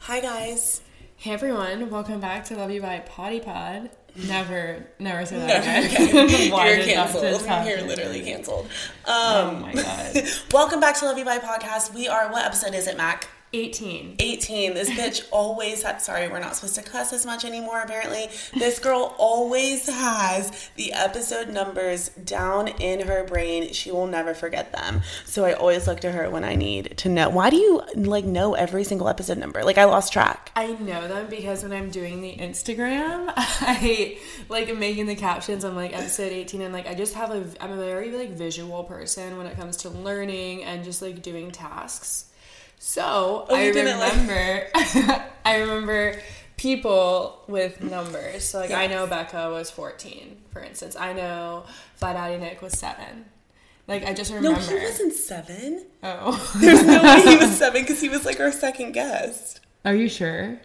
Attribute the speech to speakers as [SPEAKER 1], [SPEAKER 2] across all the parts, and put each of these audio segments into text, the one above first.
[SPEAKER 1] Hi, guys.
[SPEAKER 2] Hey everyone, welcome back to Love You by Potty Pod. Never, never say that
[SPEAKER 1] Never
[SPEAKER 2] again.
[SPEAKER 1] again.
[SPEAKER 2] Why
[SPEAKER 1] You're
[SPEAKER 2] did that
[SPEAKER 1] canceled.
[SPEAKER 2] just
[SPEAKER 1] You're
[SPEAKER 2] happen?
[SPEAKER 1] literally canceled.
[SPEAKER 2] Oh
[SPEAKER 1] Um,
[SPEAKER 2] my god.
[SPEAKER 1] welcome back to Love You By Podcast. We are, what episode is it, Mac?
[SPEAKER 2] 18.
[SPEAKER 1] 18. This bitch always had, sorry, we're not supposed to cuss as much anymore, apparently. This girl always has the episode numbers down in her brain. She will never forget them. So I always look to her when I need to know. Why do you, like, know every single episode number? Like, I lost track.
[SPEAKER 2] I know them because when I'm doing the Instagram, I like am making the captions. I'm like episode 18, and like I just have a I'm a very like visual person when it comes to learning and just like doing tasks. So I
[SPEAKER 1] you didn't, like-
[SPEAKER 2] remember, I remember people with numbers. So like I know Becca was 14, for instance. I know Fat Daddy Nick was seven. Like I just
[SPEAKER 1] No,
[SPEAKER 2] remember.
[SPEAKER 1] he wasn't seven.
[SPEAKER 2] oh,
[SPEAKER 1] There's no way he was seven because he was like our second guest.
[SPEAKER 2] are you sure?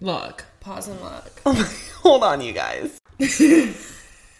[SPEAKER 2] Look, pause and look.
[SPEAKER 1] Hold on, you guys.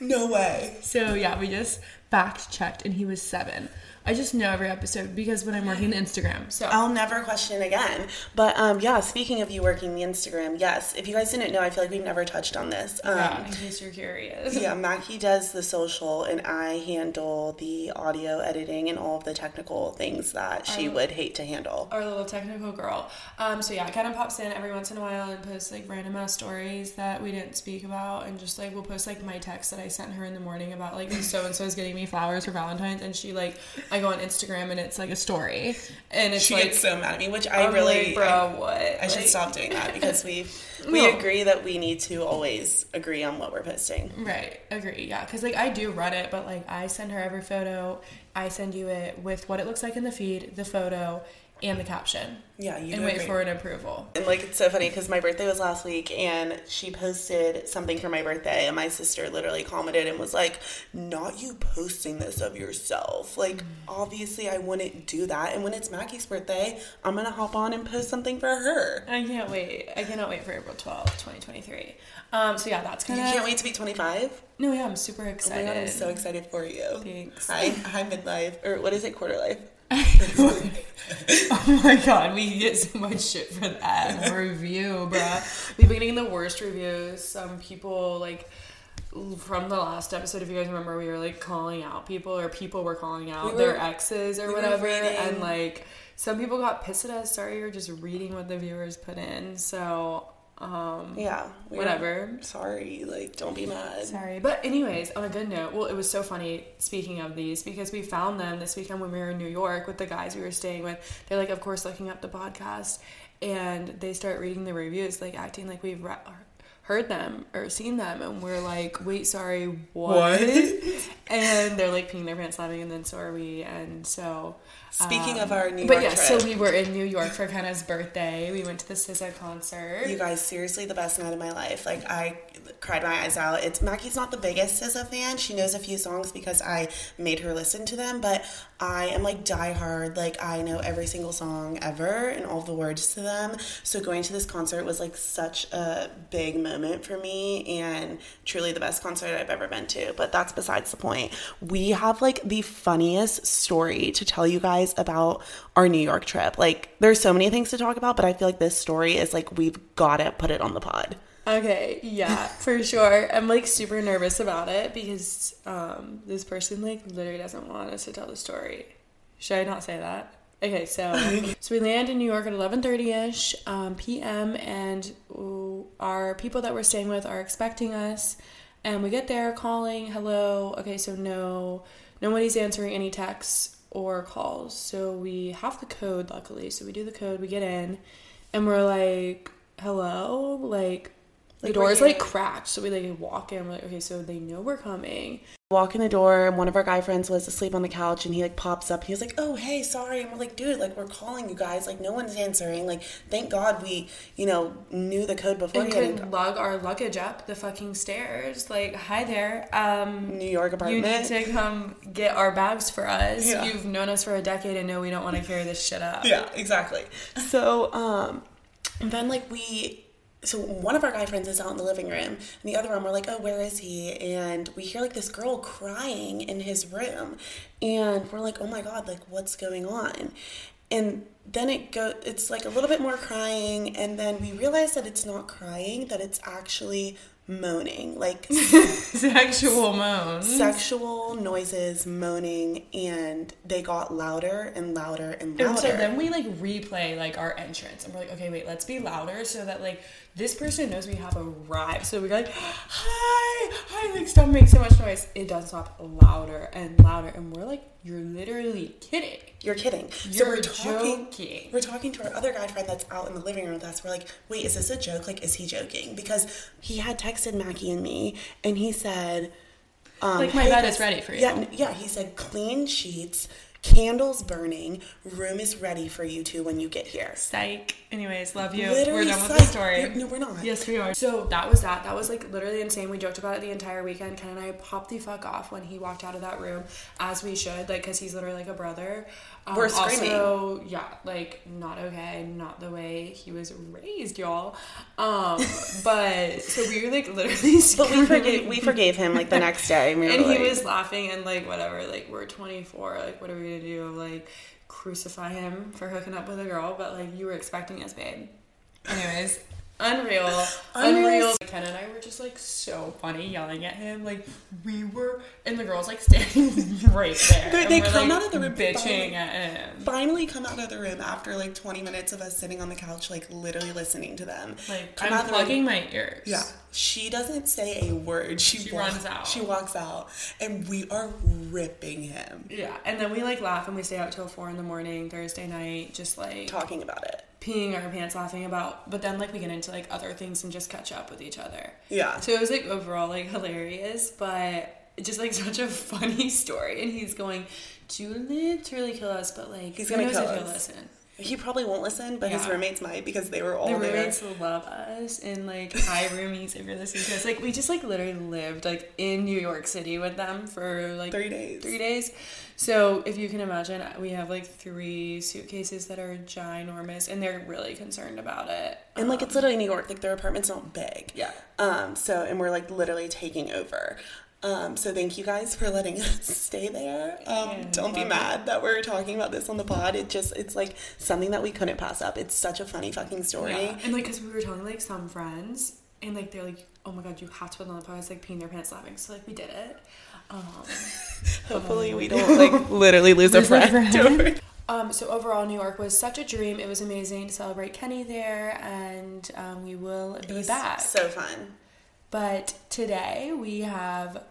[SPEAKER 1] no way.
[SPEAKER 2] So yeah, we just fact checked, and he was seven. I just know every episode because when I'm working Instagram, so
[SPEAKER 1] I'll never question again. But um, yeah, speaking of you working the Instagram, yes. If you guys didn't know, I feel like we've never touched on this. Um,
[SPEAKER 2] yeah, in case you're curious,
[SPEAKER 1] yeah, Mackie does the social, and I handle the audio editing and all of the technical things that she would hate to handle.
[SPEAKER 2] our little technical girl. Um, so yeah, kind of pops in every once in a while and posts like random ass stories that we didn't speak about, and just like we'll post like my text that I sent her in the morning about like so and so is getting me flowers for Valentine's, and she like I go on Instagram and it's like a story, and it's
[SPEAKER 1] She
[SPEAKER 2] like
[SPEAKER 1] gets so mad at me, which I
[SPEAKER 2] I'm
[SPEAKER 1] really.
[SPEAKER 2] like, bro, what?
[SPEAKER 1] I should
[SPEAKER 2] Like-
[SPEAKER 1] stop doing that because we we
[SPEAKER 2] No.
[SPEAKER 1] agree that we need to always agree on what we're posting.
[SPEAKER 2] Right, agree. Yeah, because like I do run it, but like I send her every photo. I send you it with what it looks like in the feed, the photo, and the caption,
[SPEAKER 1] Yeah, you
[SPEAKER 2] and
[SPEAKER 1] do
[SPEAKER 2] wait
[SPEAKER 1] agree.
[SPEAKER 2] for an approval.
[SPEAKER 1] And like it's so funny because my birthday was last week, and she posted something for my birthday, and my sister literally commented and was like, "Not you posting this of yourself. Like,
[SPEAKER 2] Mm-hmm.
[SPEAKER 1] obviously, I wouldn't do that. And when it's Mackie's birthday, I'm gonna hop on and post something for her.
[SPEAKER 2] I can't wait. I cannot wait for April twelfth, twenty twenty three. Um. So yeah, that's
[SPEAKER 1] You
[SPEAKER 2] kind
[SPEAKER 1] can't
[SPEAKER 2] of.
[SPEAKER 1] wait to be 25.
[SPEAKER 2] No, yeah, I'm super
[SPEAKER 1] Oh my
[SPEAKER 2] excited.
[SPEAKER 1] god, I'm so excited for you.
[SPEAKER 2] Thanks.
[SPEAKER 1] Hi, hi, midlife, or what is it, quarter life?
[SPEAKER 2] oh my god, we get so much shit for that review, bruh. We've been getting the worst reviews. Some people like from the last episode, if you guys remember, we were like calling out people, or people were calling out
[SPEAKER 1] We were-
[SPEAKER 2] their exes or
[SPEAKER 1] we were
[SPEAKER 2] whatever,
[SPEAKER 1] reading-
[SPEAKER 2] and like some people got pissed at us. Sorry, you're just reading what the viewers put in. So um,
[SPEAKER 1] Yeah, we were-
[SPEAKER 2] whatever.
[SPEAKER 1] Sorry, like don't be mad.
[SPEAKER 2] Sorry. But anyways, on a good note, well, it was so funny speaking of these because we found them this weekend when we were in New York with the guys we were staying with. They're like, of course, looking up the podcast, and they start reading the reviews, like acting like we've re- heard them or seen them, and we're like, wait, sorry, what? And they're like peeing their pants, laughing, and then so are we, and so. um,
[SPEAKER 1] Speaking of our New
[SPEAKER 2] But
[SPEAKER 1] York
[SPEAKER 2] yeah,
[SPEAKER 1] trip,
[SPEAKER 2] so we were in New York for Kenna's birthday. We went to the SZA concert.
[SPEAKER 1] You guys, seriously, the best night of my life. Like I cried my eyes out. It's Mackie's not the biggest SZA fan. She knows a few songs because I made her listen to them. But I am like diehard. Like I know every single song ever and all the words to them. So going to this concert was like such a big moment for me and truly the best concert I've ever been to. But that's besides the point. We have like the funniest story to tell you guys about our New York trip. Like there's so many things to talk about, but I feel like this story is like we've got to put it on the pod.
[SPEAKER 2] Okay, yeah, for sure. I'm like super nervous about it because um, this person like literally doesn't want us to tell the story. Should I not say that? Okay, so so we land in New York at 11:30 ish um, p.m. and ooh, our people that we're staying with are expecting us, and we get there calling hello. Okay, so no, nobody's answering any texts or calls. So we have the code luckily. So we do the code, we get in, and we're like hello, like. The
[SPEAKER 1] Like,
[SPEAKER 2] door
[SPEAKER 1] we're
[SPEAKER 2] is
[SPEAKER 1] here.
[SPEAKER 2] like cracked, so we like walk in. We're like, okay, so they know we're coming.
[SPEAKER 1] Walk in the door, and one of our guy friends was asleep on the couch, and he like pops up. And he was like, "Oh, hey, sorry." And we're like, "Dude, like we're calling you guys. Like no one's answering. Like thank God we, you know, knew the code before."
[SPEAKER 2] and
[SPEAKER 1] he had
[SPEAKER 2] could lug our luggage up the fucking stairs. Like, hi there. Um,
[SPEAKER 1] New York
[SPEAKER 2] you
[SPEAKER 1] apartment.
[SPEAKER 2] need to come get our bags for us.
[SPEAKER 1] Yeah.
[SPEAKER 2] You've known us for a decade and know we don't want to carry this shit up.
[SPEAKER 1] yeah, exactly. So um, then like we, so one of our guy friends is out in the living room, and the other one we're like, oh, where is he? And we hear like this girl crying in his room, and we're like, oh my god, like what's going on? and then it go it's like a little bit more crying and then we realize that it's not crying that it's actually moaning like
[SPEAKER 2] Sexual moans.
[SPEAKER 1] sexual noises moaning and they got louder and louder and louder
[SPEAKER 2] And so then we like replay like our entrance and we're like, okay, wait, let's be louder so that like this person knows we have arrived. So we're like, hi, hi, like stop making so much noise. It does stop louder and louder. And we're like, you're literally kidding.
[SPEAKER 1] You're kidding. so
[SPEAKER 2] You're
[SPEAKER 1] we're talking.
[SPEAKER 2] joking.
[SPEAKER 1] We're talking to our other guy friend that's out in the living room with us. We're like, wait, is this a joke? Like, is he joking? Because he had texted Mackie and me, and he said, um,
[SPEAKER 2] Like, my bed is ready for you."
[SPEAKER 1] Yeah, n- yeah. He said, clean sheets, candles burning, room is ready for you two when you get here.
[SPEAKER 2] Psych. Anyways, love you.
[SPEAKER 1] Literally
[SPEAKER 2] we're done with the
[SPEAKER 1] psych.
[SPEAKER 2] story.
[SPEAKER 1] No, we're not.
[SPEAKER 2] Yes, we are. So that was that. That was like literally insane. We joked about it the entire weekend. Ken and I popped the fuck off when he walked out of that room, as we should, like, because he's literally like a brother. Um,
[SPEAKER 1] We're screaming.
[SPEAKER 2] Also, yeah, like, not okay. Not the way he was raised, y'all. Um, but so we were like literally
[SPEAKER 1] But we
[SPEAKER 2] screaming.
[SPEAKER 1] forgave, we forgave him like the next day. And, we were
[SPEAKER 2] and he
[SPEAKER 1] like-
[SPEAKER 2] was laughing and like whatever like we're 24 like what are we gonna do like crucify him for hooking up with a girl but like you were expecting us babe anyways unreal
[SPEAKER 1] Unreal.
[SPEAKER 2] unreal ken and i were just like so funny yelling at him like we were and the girls like standing right there
[SPEAKER 1] They-
[SPEAKER 2] and
[SPEAKER 1] they
[SPEAKER 2] we're,
[SPEAKER 1] come
[SPEAKER 2] like,
[SPEAKER 1] out of the room
[SPEAKER 2] bitching
[SPEAKER 1] smiling.
[SPEAKER 2] at him
[SPEAKER 1] finally come out of the room after like 20 minutes of us sitting on the couch, like literally listening to them.
[SPEAKER 2] like
[SPEAKER 1] come
[SPEAKER 2] i'm
[SPEAKER 1] out of the room.
[SPEAKER 2] plugging my ears
[SPEAKER 1] Yeah. She doesn't say a word. She,
[SPEAKER 2] She
[SPEAKER 1] walks,
[SPEAKER 2] runs out.
[SPEAKER 1] She walks out. And we are ripping him.
[SPEAKER 2] yeah and then we like laugh and we stay out till four in the morning thursday night just like
[SPEAKER 1] Talking about it.
[SPEAKER 2] peeing our pants laughing about but then like we get into like other things and just catch up with each other
[SPEAKER 1] Yeah.
[SPEAKER 2] so it was like overall like hilarious but just like such a funny story and he's going to literally kill us but like
[SPEAKER 1] He's
[SPEAKER 2] who
[SPEAKER 1] gonna
[SPEAKER 2] knows
[SPEAKER 1] kill
[SPEAKER 2] if he'll
[SPEAKER 1] us.
[SPEAKER 2] listen
[SPEAKER 1] He probably won't listen, but his
[SPEAKER 2] Yeah.
[SPEAKER 1] roommates might because they were all
[SPEAKER 2] the
[SPEAKER 1] there.
[SPEAKER 2] roommates love us and like hi roomies if you're listening to us like we just like literally lived like in new york city with them for like
[SPEAKER 1] Three days.
[SPEAKER 2] three days so if you can imagine we have like three suitcases that are ginormous and they're really concerned about it
[SPEAKER 1] And like
[SPEAKER 2] Um,
[SPEAKER 1] it's literally New York. Like their apartment's not big.
[SPEAKER 2] yeah
[SPEAKER 1] Um, so and we're like literally taking over. Um, so thank you guys for letting us stay there. Um,
[SPEAKER 2] Yeah,
[SPEAKER 1] don't be
[SPEAKER 2] love it.
[SPEAKER 1] mad that we're talking about this on the pod. It just it's like something that we couldn't pass up. It's such a funny fucking story.
[SPEAKER 2] Yeah. And like, cause we were telling like some friends, and like they're like, "Oh my god, you have to put it on the podcast." Like peeing their pants, laughing. So like, we did it. Um,
[SPEAKER 1] Hopefully we don't like literally lose, a
[SPEAKER 2] Lose a
[SPEAKER 1] friend.
[SPEAKER 2] um, so overall, New York was such a dream. It was amazing to celebrate Kenny there, and um, we will be back.
[SPEAKER 1] So fun.
[SPEAKER 2] but today we have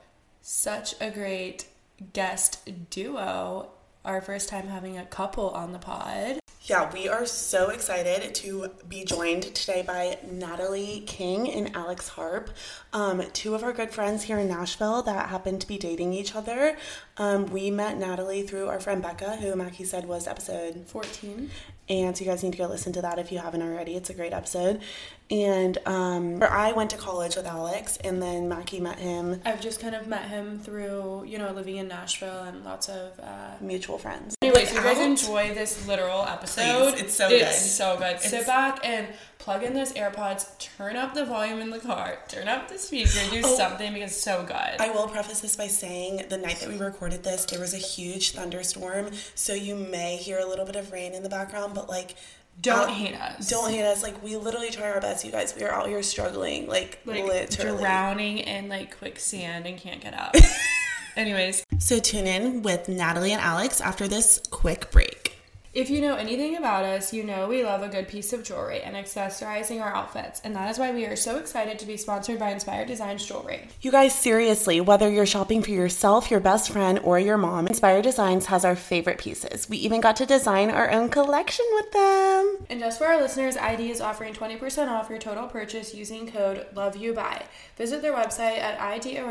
[SPEAKER 2] such a great guest duo. Our first time having a couple on the pod.
[SPEAKER 1] Yeah, we are so excited to be joined today by Natalie King and Alex Harp, um, two of our good friends here in Nashville that happen to be dating each other. Um, we met Natalie through our friend Becca, who Mackie said was episode
[SPEAKER 2] 14.
[SPEAKER 1] And so you guys need to go listen to that if you haven't already. It's a great episode. And um, or I went to college with Alex, and then Mackie met him,
[SPEAKER 2] I've just kind of met him through, you know, living in Nashville and lots of uh,
[SPEAKER 1] mutual friends.
[SPEAKER 2] Anyways, if you guys
[SPEAKER 1] Without-
[SPEAKER 2] enjoy this literal episode.
[SPEAKER 1] Please, it's so good.
[SPEAKER 2] It's so good. Sit
[SPEAKER 1] It's-
[SPEAKER 2] back and plug in those AirPods. Turn up the volume in the car. Turn up the speaker. Do
[SPEAKER 1] Oh.
[SPEAKER 2] something because it's so good.
[SPEAKER 1] I will preface this by saying the night that we recorded this, there was a huge thunderstorm, so you may hear a little bit of rain in the background, but like
[SPEAKER 2] don't
[SPEAKER 1] out-
[SPEAKER 2] hate us.
[SPEAKER 1] Don't hate us. Like we literally try our best, you guys. We are out here struggling, like,
[SPEAKER 2] like
[SPEAKER 1] literally.
[SPEAKER 2] drowning in like quicksand and can't get up. Anyways,
[SPEAKER 1] So tune in with Natalie and Alex after this quick break.
[SPEAKER 2] If you know anything about us, you know we love a good piece of jewelry and accessorizing our outfits, and that is why we are so excited to be sponsored by Inspired Designs Jewelry.
[SPEAKER 1] You guys, seriously, whether you're shopping for yourself, your best friend, or your mom, Inspired Designs has our favorite pieces. We even got to design our own collection with them.
[SPEAKER 2] And just for our listeners, ID is offering 20% off your total purchase using code LOVEYOUBUY. Visit their website at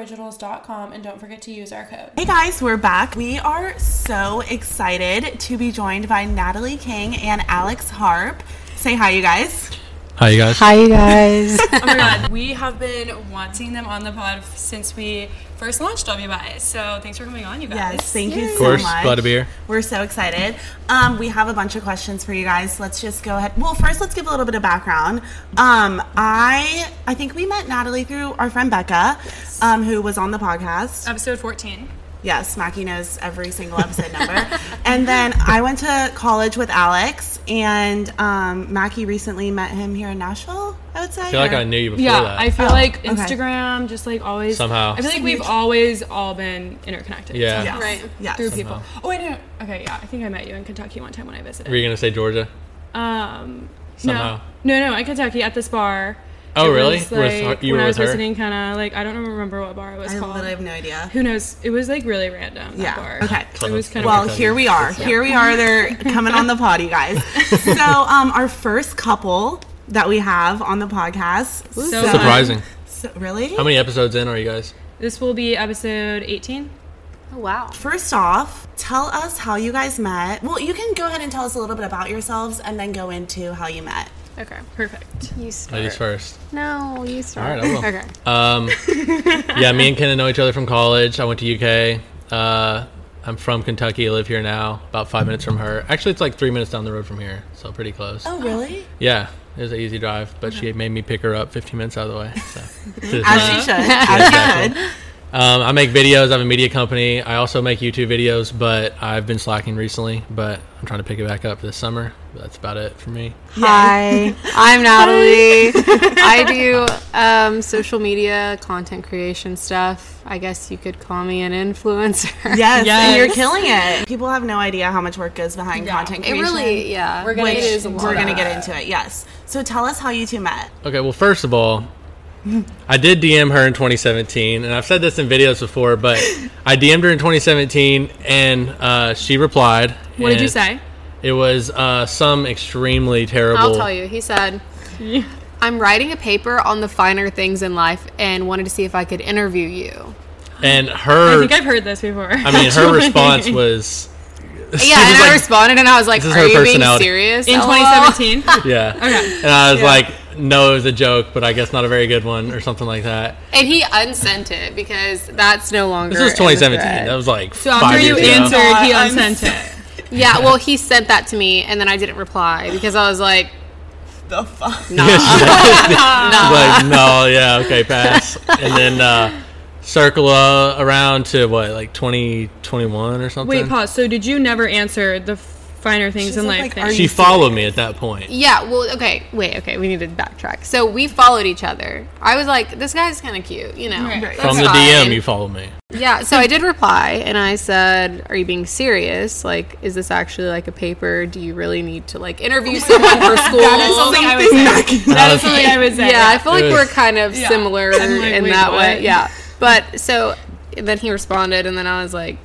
[SPEAKER 2] idoriginals.com and don't forget to use our code.
[SPEAKER 1] Hey guys, we're back. We are so excited to be joined by Natalie King and Alex Harp. Say hi, you guys.
[SPEAKER 3] Hi, you guys.
[SPEAKER 4] Hi, you guys.
[SPEAKER 2] Oh my god, we have been wanting them on the pod since we first launched LOVEYOUBUY, so thanks for coming on, you guys.
[SPEAKER 1] Yes, thank you so
[SPEAKER 3] Of course,
[SPEAKER 1] much.
[SPEAKER 3] glad to be here.
[SPEAKER 1] We're so excited. Um, we have a bunch of questions for you guys. Let's just go ahead. Well, first, let's give a little bit of background. Um, I I think we met Natalie through our friend Becca, um, who was on the podcast.
[SPEAKER 2] Episode 14.
[SPEAKER 1] Yes, Mackie knows every single episode number. and then I went to college with Alex, and um, Mackie recently met him here in Nashville. I would say.
[SPEAKER 3] I feel like
[SPEAKER 1] or-
[SPEAKER 3] I knew you before
[SPEAKER 2] Yeah,
[SPEAKER 3] that.
[SPEAKER 2] I feel
[SPEAKER 1] Oh,
[SPEAKER 2] like
[SPEAKER 1] okay.
[SPEAKER 2] Instagram, just like always.
[SPEAKER 3] Somehow.
[SPEAKER 2] I feel like we've always all been interconnected.
[SPEAKER 3] Yeah.
[SPEAKER 1] Yes.
[SPEAKER 5] Right.
[SPEAKER 1] Yes.
[SPEAKER 2] Through people. Oh, wait, no. Okay, yeah. I think I met you in Kentucky one time when I visited.
[SPEAKER 3] Were you gonna say Georgia?
[SPEAKER 2] Um,
[SPEAKER 3] Somehow.
[SPEAKER 2] No, no, no, in Kentucky at this bar.
[SPEAKER 3] Oh,
[SPEAKER 2] It
[SPEAKER 3] really?
[SPEAKER 2] was,
[SPEAKER 3] With her-
[SPEAKER 2] like,
[SPEAKER 3] you
[SPEAKER 2] when
[SPEAKER 3] were
[SPEAKER 2] I was
[SPEAKER 3] with her?
[SPEAKER 2] visiting, kind of like I don't remember what bar it was
[SPEAKER 1] I
[SPEAKER 2] called.
[SPEAKER 1] literally have no idea.
[SPEAKER 2] Who knows? It was like really random. That
[SPEAKER 1] Yeah,
[SPEAKER 2] Bar.
[SPEAKER 1] okay.
[SPEAKER 2] It was kind of
[SPEAKER 1] well,
[SPEAKER 3] Okay.
[SPEAKER 1] here we are. Here we are. They're coming on the pod, you guys. So, um, our first couple that we have on the podcast.
[SPEAKER 2] So
[SPEAKER 1] so-
[SPEAKER 2] fun.
[SPEAKER 3] Surprising.
[SPEAKER 1] so- really?
[SPEAKER 3] How many episodes in are you guys?
[SPEAKER 2] This will be episode 18.
[SPEAKER 5] Oh, wow.
[SPEAKER 1] First off, tell us how you guys met. Well, you can go ahead and tell us a little bit about yourselves, and then go into how you met.
[SPEAKER 2] Okay, perfect.
[SPEAKER 5] You start.
[SPEAKER 3] Ladies first.
[SPEAKER 5] No, you
[SPEAKER 3] All
[SPEAKER 5] start.
[SPEAKER 3] right, I will.
[SPEAKER 2] Okay.
[SPEAKER 3] Um, yeah, me and Kenna know each other from college. I went to UK. Uh, I'm from Kentucky. I live here now, about five minutes from her. Actually, it's like three minutes down the road from here, so pretty close.
[SPEAKER 1] Oh, really?
[SPEAKER 3] Yeah, it was an easy drive, but she made me pick her up 15 minutes out of the way. So. To this
[SPEAKER 1] As
[SPEAKER 3] day.
[SPEAKER 1] she should. As she should.
[SPEAKER 3] Um, I make videos. I have a media company. I also make YouTube videos, but I've been slacking recently. But I'm trying to pick it back up this summer. But that's about it for me.
[SPEAKER 5] Hi, I'm Natalie. I do um, social media content creation stuff. I guess you could call me an influencer.
[SPEAKER 1] Yes,
[SPEAKER 2] Yes.
[SPEAKER 1] and you're killing it. People have no idea how much work goes behind
[SPEAKER 2] Yeah.
[SPEAKER 1] content
[SPEAKER 5] It
[SPEAKER 1] creation.
[SPEAKER 5] really, yeah.
[SPEAKER 2] We're gonna
[SPEAKER 1] which
[SPEAKER 2] It is a lot
[SPEAKER 1] we're
[SPEAKER 2] of
[SPEAKER 1] gonna get into it. Yes. So tell us how you two met.
[SPEAKER 3] Okay, well, first of all, I did DM her in 2017, and I've said this in videos before, but I DM'd her in 2017, and uh, she replied.
[SPEAKER 2] What did you
[SPEAKER 3] and
[SPEAKER 2] say?
[SPEAKER 3] It was uh, some extremely terrible.
[SPEAKER 5] I'll tell you. He said, "I'm writing a paper on the finer things in life and wanted to see if I could interview you."
[SPEAKER 3] And her,
[SPEAKER 2] I
[SPEAKER 3] I,
[SPEAKER 2] think I've heard this before. I
[SPEAKER 3] mean, her response was.
[SPEAKER 5] Yeah, and I responded and I was like,
[SPEAKER 3] this is
[SPEAKER 5] "Are
[SPEAKER 3] her
[SPEAKER 5] you being
[SPEAKER 3] personality."
[SPEAKER 5] serious?"
[SPEAKER 2] in
[SPEAKER 5] LOL?"
[SPEAKER 2] 2017.
[SPEAKER 3] Yeah. Okay. And I was like, no, it was a joke, but I guess not a very good one, or something like that.
[SPEAKER 5] and he unsent it because that's no longer.
[SPEAKER 3] This was
[SPEAKER 5] in the
[SPEAKER 3] 2017.
[SPEAKER 5] thread.
[SPEAKER 3] That was like
[SPEAKER 2] so
[SPEAKER 3] five
[SPEAKER 2] after you
[SPEAKER 3] years ago.
[SPEAKER 2] answered, he
[SPEAKER 1] Uh,
[SPEAKER 2] unsent it.
[SPEAKER 5] Yeah, well, he sent that to me, and then I didn't reply because I was like,
[SPEAKER 1] The fuck?
[SPEAKER 3] Yeah, she was like, no, yeah, okay, pass. And then uh, circle uh, around to what, like 2021 or something?
[SPEAKER 2] Wait, pause. So did you never answer the finer things
[SPEAKER 1] She's
[SPEAKER 2] in
[SPEAKER 1] like,
[SPEAKER 2] life?
[SPEAKER 1] like,
[SPEAKER 2] thing?
[SPEAKER 1] are
[SPEAKER 3] She followed me at that point.
[SPEAKER 5] "Yeah, well, okay, wait, okay, we need to backtrack." So we followed each other. I was like, "This guy's kind of cute," you know.
[SPEAKER 2] Right.
[SPEAKER 3] From the
[SPEAKER 5] that's fine.
[SPEAKER 3] DM, you followed me.
[SPEAKER 5] Yeah, so I did reply and I said, "Are you being serious? Like, is this actually like a paper? Do you really need to like interview someone for school?"
[SPEAKER 2] something I would say. That is something I would say.
[SPEAKER 5] yeah, I feel like
[SPEAKER 3] Ugh.
[SPEAKER 5] we're kind of similar
[SPEAKER 2] I'm like,
[SPEAKER 5] in
[SPEAKER 2] wait,
[SPEAKER 5] that
[SPEAKER 2] what?
[SPEAKER 5] way. Yeah, but so then he responded, and then I was like,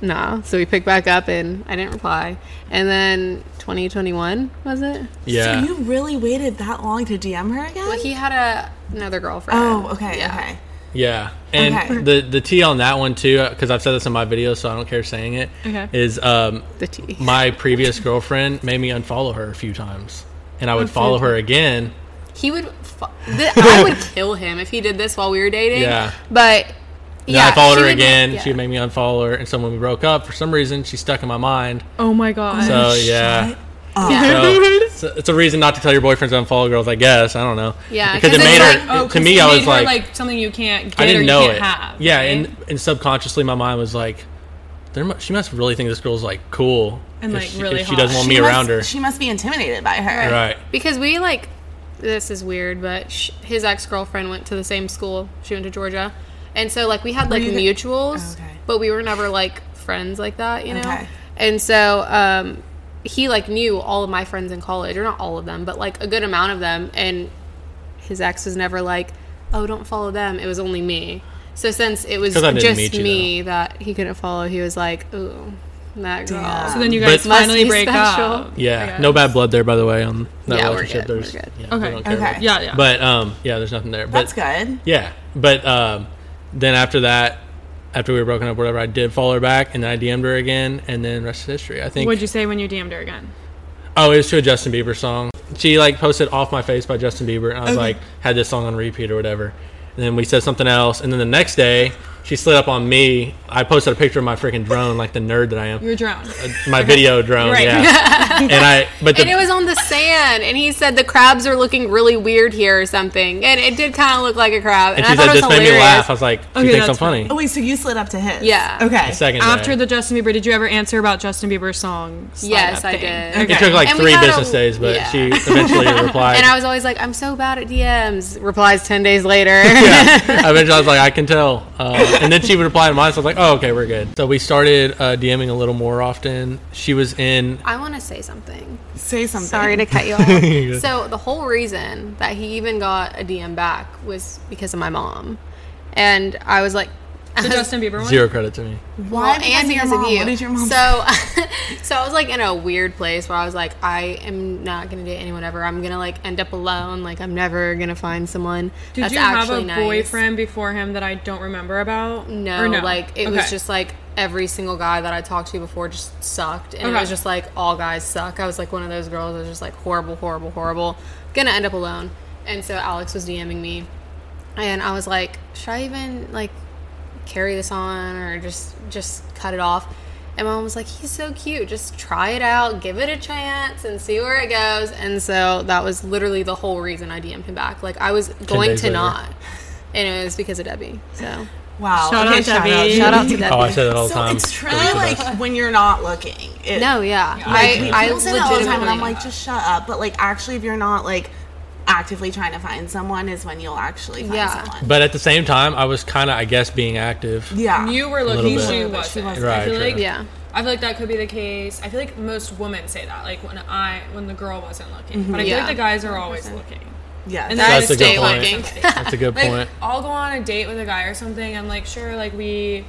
[SPEAKER 5] "Nah." So we picked back up, and I didn't reply. And then 2021 was it?
[SPEAKER 3] Yeah.
[SPEAKER 1] So you really waited that long to DM her again?
[SPEAKER 5] Well, he had a, another girlfriend.
[SPEAKER 1] oh, okay,
[SPEAKER 5] Yeah.
[SPEAKER 1] okay.
[SPEAKER 3] Yeah, and
[SPEAKER 1] Okay.
[SPEAKER 3] the the T on that one too, because I've said this in my video, so I don't care saying it. Is
[SPEAKER 2] Okay.
[SPEAKER 3] um,
[SPEAKER 5] The T.
[SPEAKER 3] my previous girlfriend made me unfollow her a few times, and I would follow her again.
[SPEAKER 5] He would. Fu- th- I would kill him if he did this while we were dating.
[SPEAKER 3] Yeah.
[SPEAKER 5] But.
[SPEAKER 3] Yeah,
[SPEAKER 5] Yeah,
[SPEAKER 3] I followed
[SPEAKER 5] she
[SPEAKER 3] her
[SPEAKER 5] would-
[SPEAKER 3] again.
[SPEAKER 5] yeah.
[SPEAKER 3] She made me unfollow her, and so when we broke up, for some reason, she stuck in my mind.
[SPEAKER 2] Oh my god.
[SPEAKER 3] So yeah.
[SPEAKER 5] Yeah.
[SPEAKER 3] So, so it's a reason not to tell your boyfriends to unfollow girls, I guess. I don't know.
[SPEAKER 5] Yeah,
[SPEAKER 3] because it
[SPEAKER 5] 'cause
[SPEAKER 3] made
[SPEAKER 5] it's
[SPEAKER 3] her.
[SPEAKER 5] like-
[SPEAKER 2] oh,
[SPEAKER 3] to me, I was like,
[SPEAKER 2] something you can't get
[SPEAKER 3] I
[SPEAKER 2] or
[SPEAKER 3] didn't
[SPEAKER 2] you
[SPEAKER 3] know
[SPEAKER 2] can't
[SPEAKER 3] it.
[SPEAKER 2] have.
[SPEAKER 3] yeah,
[SPEAKER 2] right?
[SPEAKER 3] and and subconsciously, my mind was like, there. mu- She must really think this girl's like cool,
[SPEAKER 2] And,
[SPEAKER 3] if
[SPEAKER 2] like,
[SPEAKER 3] she,
[SPEAKER 2] really
[SPEAKER 3] if she
[SPEAKER 2] hot.
[SPEAKER 3] doesn't want me
[SPEAKER 1] must,
[SPEAKER 3] around her.
[SPEAKER 1] She must be intimidated by her.
[SPEAKER 3] right.
[SPEAKER 5] Because we like, this is weird, but sh- his ex girlfriend went to the same school. She went to Georgia, and so like we had like
[SPEAKER 1] you the-
[SPEAKER 5] mutuals,
[SPEAKER 1] Oh, okay.
[SPEAKER 5] but we were never like friends like that, you know.
[SPEAKER 1] Okay.
[SPEAKER 5] And so um, he like knew all of my friends in college, or not all of them, but like a good amount of them. And his ex was never like, "Oh, don't follow them." It was only me. So since it was
[SPEAKER 3] 'Cause I didn't
[SPEAKER 5] just
[SPEAKER 3] meet you,
[SPEAKER 5] me that he couldn't follow, he was like, "Ooh, that girl."
[SPEAKER 1] Damn.
[SPEAKER 2] So then you
[SPEAKER 3] But-
[SPEAKER 2] guys
[SPEAKER 3] Must
[SPEAKER 2] finally
[SPEAKER 5] be
[SPEAKER 2] break
[SPEAKER 5] special.
[SPEAKER 2] up.
[SPEAKER 3] Yeah.
[SPEAKER 2] Okay.
[SPEAKER 3] No bad blood there, by the way. On that
[SPEAKER 5] Yeah, we're
[SPEAKER 3] relationship,
[SPEAKER 5] good, we're
[SPEAKER 3] there's
[SPEAKER 5] good.
[SPEAKER 3] yeah,
[SPEAKER 2] Okay.
[SPEAKER 3] we don't care
[SPEAKER 1] Okay.
[SPEAKER 3] about-
[SPEAKER 2] Yeah, yeah.
[SPEAKER 3] But um, yeah, there's nothing there. But
[SPEAKER 1] That's good.
[SPEAKER 3] Yeah, but um, then after that, after we were broken up, whatever, I did follow her back, and then I DM'd her again, and then rest is history. I think.
[SPEAKER 2] What'd you say when you DM'd her again?
[SPEAKER 3] oh, it was to a Justin Bieber song. She like posted "Off My Face" by Justin Bieber, and I was like, had this song on repeat or whatever. And then we said something else, and then the next day, She slid up on me. I posted a picture of my freaking drone, like the nerd that I am.
[SPEAKER 5] You're drone.
[SPEAKER 3] My video drone,
[SPEAKER 5] Right.
[SPEAKER 3] yeah. and I, but the,
[SPEAKER 5] And it was on the sand, and he said the crabs are looking really weird here or something. And it did kind of look like a crab, and,
[SPEAKER 3] and she
[SPEAKER 5] I thought
[SPEAKER 3] said,
[SPEAKER 5] it
[SPEAKER 3] "This
[SPEAKER 5] was
[SPEAKER 3] made
[SPEAKER 5] hilarious.
[SPEAKER 3] me laugh." I was like, "She
[SPEAKER 5] Okay,
[SPEAKER 3] thinks I'm
[SPEAKER 5] that's
[SPEAKER 3] funny."
[SPEAKER 1] Oh wait, so you slid up to his?
[SPEAKER 5] Yeah.
[SPEAKER 1] Okay.
[SPEAKER 3] Second
[SPEAKER 2] After
[SPEAKER 3] day.
[SPEAKER 2] the Justin Bieber, did you ever answer about Justin Bieber song? slide
[SPEAKER 5] Yes,
[SPEAKER 2] up
[SPEAKER 5] I
[SPEAKER 2] thing?
[SPEAKER 5] did.
[SPEAKER 2] Okay.
[SPEAKER 3] It took like
[SPEAKER 5] And we
[SPEAKER 3] three
[SPEAKER 5] got a-
[SPEAKER 3] business days, but
[SPEAKER 5] yeah.
[SPEAKER 3] she eventually replied.
[SPEAKER 5] And I was always like, I'm so bad at DMs. Replies 10 days later.
[SPEAKER 3] yeah. Eventually, I was like, I can tell. Uh, and then she would reply to mine, so I was like, oh, okay, we're good. So we started uh, DMing a little more often. She was in.
[SPEAKER 5] I want to say something.
[SPEAKER 1] Say something.
[SPEAKER 5] Sorry to cut you off. so the whole reason that he even got a DM back was because of my mom. And I was like,
[SPEAKER 2] The Justin Bieber one.
[SPEAKER 3] Zero credit to me.
[SPEAKER 5] Why?
[SPEAKER 1] because
[SPEAKER 5] and
[SPEAKER 1] of your
[SPEAKER 5] because
[SPEAKER 1] mom.
[SPEAKER 5] of you.
[SPEAKER 1] What did your mom
[SPEAKER 5] so, so I was like in a weird place where I was like, I am not gonna date anyone ever. I'm gonna like end up alone. Like I'm never gonna find someone
[SPEAKER 2] Did
[SPEAKER 5] that's
[SPEAKER 2] you have
[SPEAKER 5] actually
[SPEAKER 2] a
[SPEAKER 5] nice.
[SPEAKER 2] boyfriend before him that I don't remember about?
[SPEAKER 5] No,
[SPEAKER 2] Or
[SPEAKER 5] like it
[SPEAKER 2] Okay.
[SPEAKER 5] was just like every single guy that I talked to before just sucked, and
[SPEAKER 2] Okay.
[SPEAKER 5] it was just like all guys suck. I was like one of those girls that was just like horrible, horrible, horrible. Gonna end up alone. And so Alex was DMing me, and I was like, should I even like carry this on or just just cut it off? And my mom was like, he's so cute. Just try it out, give it a chance, and see where it goes. And so that was literally the whole reason I DM'd him back. Like I was going
[SPEAKER 3] days
[SPEAKER 5] to
[SPEAKER 3] later.
[SPEAKER 5] not, and it was because of Debbie. So.
[SPEAKER 1] Wow.
[SPEAKER 2] Shout
[SPEAKER 1] okay,
[SPEAKER 2] out
[SPEAKER 1] shout out.
[SPEAKER 2] Debbie.
[SPEAKER 1] Shout out to
[SPEAKER 5] to that.
[SPEAKER 3] Oh, I said that all the
[SPEAKER 1] So
[SPEAKER 3] time.
[SPEAKER 1] it's truly like when you're not looking. It,
[SPEAKER 5] no, yeah. I,
[SPEAKER 1] Like,
[SPEAKER 5] I
[SPEAKER 1] people say that all the time, and I'm
[SPEAKER 5] legitimately-
[SPEAKER 1] like, just shut up. But like, actually, if you're not like actively trying to find someone, is when you'll actually find
[SPEAKER 5] Yeah.
[SPEAKER 1] someone.
[SPEAKER 3] But at the same time, I was kind of, I guess, being active.
[SPEAKER 1] yeah,
[SPEAKER 2] You were
[SPEAKER 3] little
[SPEAKER 2] looking.
[SPEAKER 3] bit.
[SPEAKER 2] She
[SPEAKER 3] Yeah,
[SPEAKER 1] but she
[SPEAKER 2] wasn't.
[SPEAKER 1] wasn't.
[SPEAKER 2] I feel
[SPEAKER 3] Right,
[SPEAKER 2] like
[SPEAKER 3] true.
[SPEAKER 5] yeah.
[SPEAKER 2] I feel like that could be the case. I feel like most women say that, like when I when the girl wasn't looking, but I feel
[SPEAKER 5] Mm-hmm. Yeah.
[SPEAKER 2] like the guys are always looking.
[SPEAKER 1] yeah.
[SPEAKER 2] And
[SPEAKER 1] that-
[SPEAKER 2] then I
[SPEAKER 3] That's
[SPEAKER 2] just
[SPEAKER 3] a good
[SPEAKER 2] don't like
[SPEAKER 5] point.
[SPEAKER 2] somebody.
[SPEAKER 3] That's a good
[SPEAKER 2] like
[SPEAKER 3] point.
[SPEAKER 2] I'll go on a date with a guy or something. I'm like, sure, like we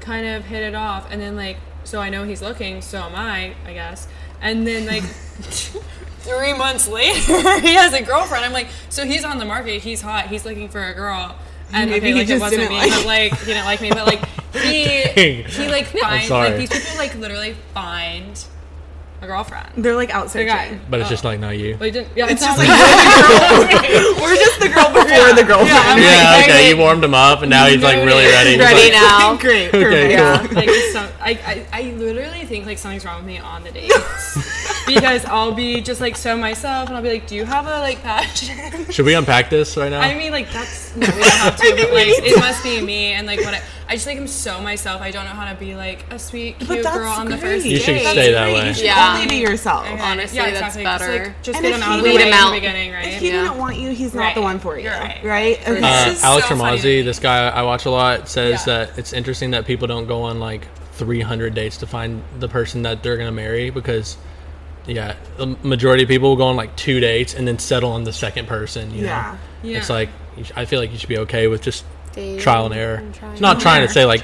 [SPEAKER 2] kind of hit it off, and then like, so I know he's looking, so am I, I guess. And then like three months later, he has a girlfriend. I'm like, so he's on the market. He's hot. He's looking for a girl. And
[SPEAKER 1] Maybe
[SPEAKER 2] okay,
[SPEAKER 1] he
[SPEAKER 2] like it
[SPEAKER 1] just
[SPEAKER 2] wasn't
[SPEAKER 1] didn't
[SPEAKER 2] me,
[SPEAKER 1] like-
[SPEAKER 2] but like he didn't like me, but like he
[SPEAKER 3] Dang.
[SPEAKER 2] he like finds
[SPEAKER 3] sorry.
[SPEAKER 2] like these people like literally find a girlfriend.
[SPEAKER 1] they're like out
[SPEAKER 2] The guy.
[SPEAKER 1] searching.
[SPEAKER 3] But it's just like not you.
[SPEAKER 2] But he didn't, yeah, it's,
[SPEAKER 1] It's just like
[SPEAKER 2] not like
[SPEAKER 1] we're just the girl before the girlfriend.
[SPEAKER 2] I'm
[SPEAKER 3] yeah,
[SPEAKER 2] like,
[SPEAKER 3] okay.
[SPEAKER 2] I
[SPEAKER 3] You warmed him up, and now he's like really
[SPEAKER 2] Noted.
[SPEAKER 3] ready. He's
[SPEAKER 5] Ready
[SPEAKER 3] like,
[SPEAKER 5] now.
[SPEAKER 1] Great.
[SPEAKER 3] Okay,
[SPEAKER 1] Perfect.
[SPEAKER 3] cool.
[SPEAKER 2] like some, I, I, I literally think like something's wrong with me on the dates because I'll be just like so myself and I'll be like, do you have a like passion?
[SPEAKER 3] Should we unpack this right now?
[SPEAKER 2] I mean, like that's no, we don't have to, but like it must be me and like what I, I just like am so myself. I don't know how to be like a sweet cute
[SPEAKER 1] that's
[SPEAKER 2] girl on the
[SPEAKER 1] great.
[SPEAKER 2] first
[SPEAKER 1] You
[SPEAKER 2] date.
[SPEAKER 3] should
[SPEAKER 2] That's
[SPEAKER 3] stay that
[SPEAKER 2] great.
[SPEAKER 3] way.
[SPEAKER 1] You should
[SPEAKER 5] Yeah.
[SPEAKER 1] only be yourself.
[SPEAKER 2] Okay.
[SPEAKER 5] Honestly, that's
[SPEAKER 2] Just, like,
[SPEAKER 5] better.
[SPEAKER 2] just
[SPEAKER 1] And
[SPEAKER 2] get
[SPEAKER 1] if
[SPEAKER 2] them out of
[SPEAKER 1] you-
[SPEAKER 2] the
[SPEAKER 1] Weed
[SPEAKER 2] way in
[SPEAKER 5] 'em
[SPEAKER 2] the
[SPEAKER 5] out.
[SPEAKER 2] beginning, right?
[SPEAKER 1] If he
[SPEAKER 5] Yeah.
[SPEAKER 1] didn't want you, he's not
[SPEAKER 2] Right.
[SPEAKER 1] the one for you.
[SPEAKER 2] You're right.
[SPEAKER 1] Right? Okay.
[SPEAKER 3] Uh,
[SPEAKER 1] This is
[SPEAKER 3] Alex
[SPEAKER 2] so funny to
[SPEAKER 3] Ramazzi,
[SPEAKER 2] me.
[SPEAKER 3] this guy I watch a lot, says
[SPEAKER 2] Yeah.
[SPEAKER 3] that it's interesting that people don't go on like 300 dates to find the person that they're going to marry because, yeah, the majority of people will go on like two dates and then settle on the second person. You
[SPEAKER 1] Yeah.
[SPEAKER 3] know,
[SPEAKER 2] Yeah.
[SPEAKER 3] it's like you sh- I feel like you should be okay with just
[SPEAKER 5] Dating
[SPEAKER 3] trial and error.
[SPEAKER 5] and trial
[SPEAKER 3] It's not trying to say like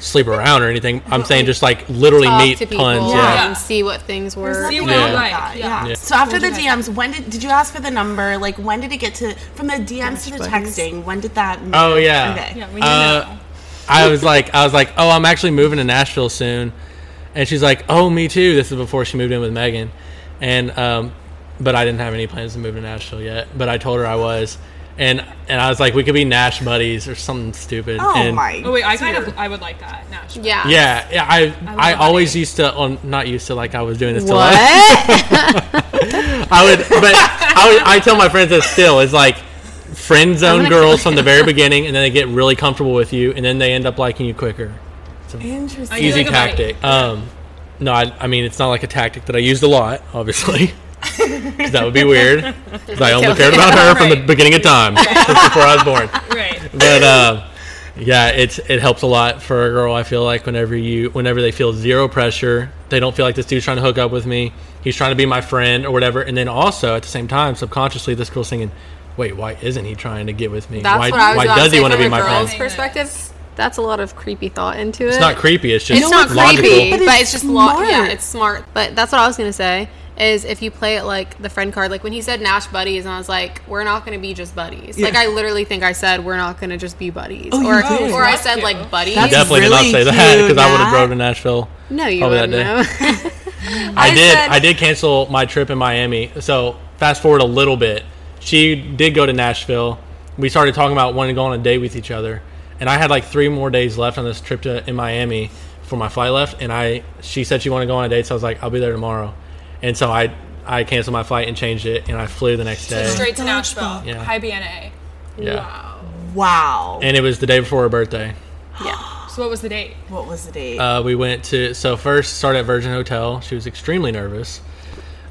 [SPEAKER 3] sleep around or anything. I'm saying just like literally
[SPEAKER 5] Talk
[SPEAKER 3] meet
[SPEAKER 5] to people
[SPEAKER 3] tons.
[SPEAKER 1] Yeah.
[SPEAKER 3] Yeah.
[SPEAKER 5] and see what things were.
[SPEAKER 2] See
[SPEAKER 1] Yeah.
[SPEAKER 2] what I
[SPEAKER 3] Yeah.
[SPEAKER 2] like.
[SPEAKER 1] that,
[SPEAKER 2] Yeah.
[SPEAKER 1] yeah.
[SPEAKER 3] Yeah.
[SPEAKER 1] So after the DMs, when did did you ask for the number? Like when did it get to from the DMs to the texting? When did that?
[SPEAKER 3] Oh yeah.
[SPEAKER 1] Okay.
[SPEAKER 2] Yeah, we
[SPEAKER 3] Uh,
[SPEAKER 2] know.
[SPEAKER 3] I was like, I was like, oh, I'm actually moving to Nashville soon, and she's like, oh, me too. This is before she moved in with Megan, and um, but I didn't have any plans to move to Nashville yet. But I told her I was, and and I was like, we could be Nash buddies or something stupid.
[SPEAKER 1] Oh
[SPEAKER 3] and,
[SPEAKER 1] my.
[SPEAKER 2] Oh wait, I kind of I would like that. No, sure.
[SPEAKER 5] Yeah.
[SPEAKER 3] Yeah, yeah. I I,
[SPEAKER 2] that
[SPEAKER 3] always used to, well, not used to like I was doing this. Till I,
[SPEAKER 5] What?
[SPEAKER 3] I would, but I would, I tell my friends this still is like friend zone girls from the very beginning, and then they get really comfortable with you, and then they end up liking you quicker.
[SPEAKER 1] Interesting.
[SPEAKER 2] I do
[SPEAKER 3] easy
[SPEAKER 2] like a buddy.
[SPEAKER 3] tactic. Um, no, I, I mean it's not like a tactic that I used a lot, obviously. 'Cause that would be weird. 'Cause I only cared about her from the
[SPEAKER 2] Right.
[SPEAKER 3] beginning of time, since before I was born.
[SPEAKER 2] Right.
[SPEAKER 3] But uh, yeah, it's it helps a lot for a girl. I feel like whenever you, whenever they feel zero pressure, they don't feel like this dude's trying to hook up with me. He's trying to be my friend or whatever. And then also at the same time, subconsciously, this girl's thinking, "Wait, why isn't he trying to get with me?
[SPEAKER 5] That's
[SPEAKER 3] why
[SPEAKER 5] what I was
[SPEAKER 3] why
[SPEAKER 5] about
[SPEAKER 3] does
[SPEAKER 5] to say
[SPEAKER 3] he want to
[SPEAKER 5] from
[SPEAKER 3] be
[SPEAKER 5] a
[SPEAKER 3] my
[SPEAKER 5] girl's
[SPEAKER 3] friend?"
[SPEAKER 5] perspective. That's a lot of creepy thought into it.
[SPEAKER 3] It's not creepy. It's just
[SPEAKER 5] It's not
[SPEAKER 3] logical.
[SPEAKER 5] creepy,
[SPEAKER 1] But
[SPEAKER 5] but,
[SPEAKER 1] it's
[SPEAKER 5] it's just lo- yeah,
[SPEAKER 1] smart.
[SPEAKER 5] it's smart. But that's what I was gonna say is if you play it like the friend card, like when he said Nash buddies, and I was like, we're not gonna be just buddies. Like I literally think I said we're not gonna just be buddies,
[SPEAKER 1] Oh, you
[SPEAKER 5] or
[SPEAKER 1] did.
[SPEAKER 5] or I
[SPEAKER 2] That's
[SPEAKER 5] said
[SPEAKER 2] cute.
[SPEAKER 5] like buddies.
[SPEAKER 1] That's-
[SPEAKER 3] definitely
[SPEAKER 1] really
[SPEAKER 3] did not say that
[SPEAKER 1] cute,
[SPEAKER 3] because I would
[SPEAKER 1] Nat.
[SPEAKER 3] have drove to Nashville.
[SPEAKER 5] no, you
[SPEAKER 3] Probably that
[SPEAKER 5] wouldn't know.
[SPEAKER 3] I, did.
[SPEAKER 5] said-
[SPEAKER 3] I did cancel my trip in Miami. So fast forward a little bit, she did go to Nashville. We started talking about wanting to go on a date with each other, and I had like three more days left on this trip to in Miami for my flight left. And I, she said she wanted to go on a date, so I was like, I'll be there tomorrow. And so I, I canceled my flight and changed it, and I flew the next day.
[SPEAKER 2] Straight to Nashville.
[SPEAKER 3] Yeah.
[SPEAKER 2] High BNA.
[SPEAKER 3] yeah.
[SPEAKER 1] Wow.
[SPEAKER 3] And it was the day before her birthday.
[SPEAKER 2] So what was the date?
[SPEAKER 1] What was the date?
[SPEAKER 3] Uh, we went to so first started at Virgin Hotel. She was extremely nervous.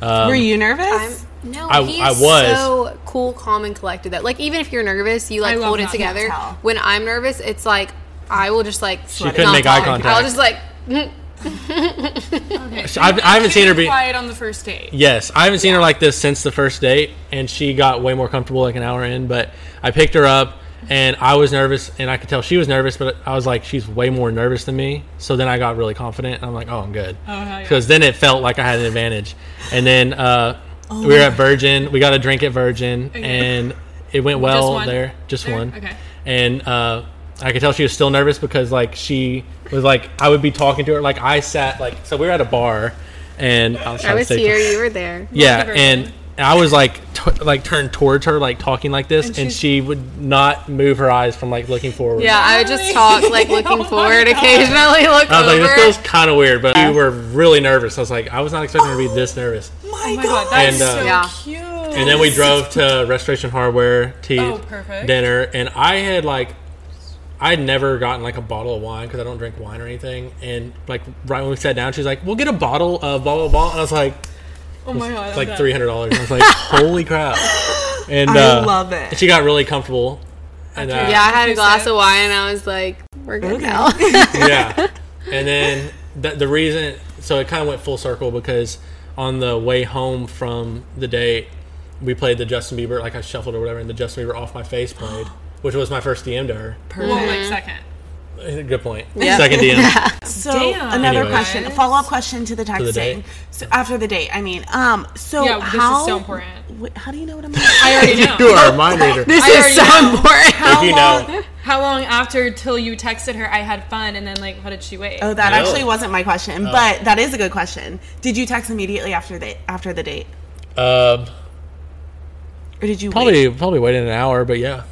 [SPEAKER 1] Were you nervous?
[SPEAKER 5] No,
[SPEAKER 3] I-
[SPEAKER 5] he's
[SPEAKER 3] I was.
[SPEAKER 5] so cool, calm, and collected. That like even if you're nervous, you
[SPEAKER 2] I
[SPEAKER 5] like
[SPEAKER 2] love
[SPEAKER 5] hold
[SPEAKER 2] that.
[SPEAKER 5] it
[SPEAKER 2] I
[SPEAKER 1] can't
[SPEAKER 5] together.
[SPEAKER 1] tell.
[SPEAKER 5] When I'm nervous, it's like I will just like she
[SPEAKER 3] couldn't make eye contact.
[SPEAKER 5] I'll just like mm,
[SPEAKER 2] Okay.
[SPEAKER 3] She- I've, I haven't seen her be.
[SPEAKER 2] quiet on the first date.
[SPEAKER 3] Yes, I haven't seen her like this since the first date, and she got way more comfortable like an hour in. But I picked her up, and I was nervous, and I could tell she was nervous, but I was like, she's way more nervous than me. So then I got really confident, and I'm like, oh, I'm good.
[SPEAKER 2] hell yeah.
[SPEAKER 3] Because then it felt like I had an advantage. And then uh,
[SPEAKER 2] Oh
[SPEAKER 3] we were at Virgin, we got a drink at Virgin, and it went well
[SPEAKER 2] one?
[SPEAKER 3] there. Just
[SPEAKER 2] There?
[SPEAKER 3] one.
[SPEAKER 2] Okay.
[SPEAKER 3] And uh, I could tell she was still nervous because like she was like, I would be talking to her, like I sat like, so we were at a bar. And I was,
[SPEAKER 5] I
[SPEAKER 3] trying to
[SPEAKER 5] was
[SPEAKER 3] stay
[SPEAKER 5] here, you were there.
[SPEAKER 3] yeah,
[SPEAKER 2] Love the
[SPEAKER 3] and I was like, t- like turned towards her, like talking like this, and, she would not move her eyes from like looking forward.
[SPEAKER 5] Yeah, I would just talk like
[SPEAKER 2] Oh
[SPEAKER 5] looking forward occasionally, look
[SPEAKER 3] I was like,
[SPEAKER 5] over.
[SPEAKER 3] this feels kind of weird, but we were really nervous. I was like, I was not expecting her to be this nervous.
[SPEAKER 2] Oh my god, that is
[SPEAKER 3] And, uh,
[SPEAKER 2] so
[SPEAKER 5] Yeah.
[SPEAKER 2] cute.
[SPEAKER 3] And then we drove to Restoration Hardware to eat
[SPEAKER 2] Oh, perfect.
[SPEAKER 3] dinner, and I had like, I had never gotten like a bottle of wine because I don't drink wine or anything. And like right when we sat down, she's like, "We'll get a bottle of blah blah blah," and I was like,
[SPEAKER 2] Oh my god.
[SPEAKER 3] "It's
[SPEAKER 2] I
[SPEAKER 3] like
[SPEAKER 2] love
[SPEAKER 3] three hundred dollars." I was like, "Holy crap!" And
[SPEAKER 1] I
[SPEAKER 3] uh,
[SPEAKER 1] love it.
[SPEAKER 3] She got really comfortable. And, uh,
[SPEAKER 5] yeah, I had a
[SPEAKER 2] You
[SPEAKER 5] glass
[SPEAKER 2] said-
[SPEAKER 5] of wine and I was like, we're good now.
[SPEAKER 3] yeah. And then the, the reason, so it kind of went full circle because on the way home from the date, we played the Justin Bieber, like I shuffled or whatever, and the Justin Bieber Off My Face played, which was my first DM to her.
[SPEAKER 2] that. Well, like second.
[SPEAKER 3] Good point. Second DM.
[SPEAKER 1] So
[SPEAKER 2] Damn.
[SPEAKER 1] another
[SPEAKER 3] Anyways.
[SPEAKER 1] question, a follow up question to the texting.
[SPEAKER 3] the date?
[SPEAKER 1] So after the date, I mean, um, so
[SPEAKER 2] Yeah, this is
[SPEAKER 1] how,
[SPEAKER 2] so important.
[SPEAKER 1] wh- how do you know what I'm? I
[SPEAKER 2] already know.
[SPEAKER 3] You are a mind reader.
[SPEAKER 5] this is so important.
[SPEAKER 3] if you know,
[SPEAKER 2] How long after till you texted her I had fun and then like how did she wait?
[SPEAKER 1] Oh, that
[SPEAKER 3] No.
[SPEAKER 1] actually wasn't my question,
[SPEAKER 3] Oh.
[SPEAKER 1] but that is a good question. Did you text immediately after the after the date,
[SPEAKER 3] Um
[SPEAKER 1] or did you wait?
[SPEAKER 3] probably probably waited an hour, but yeah.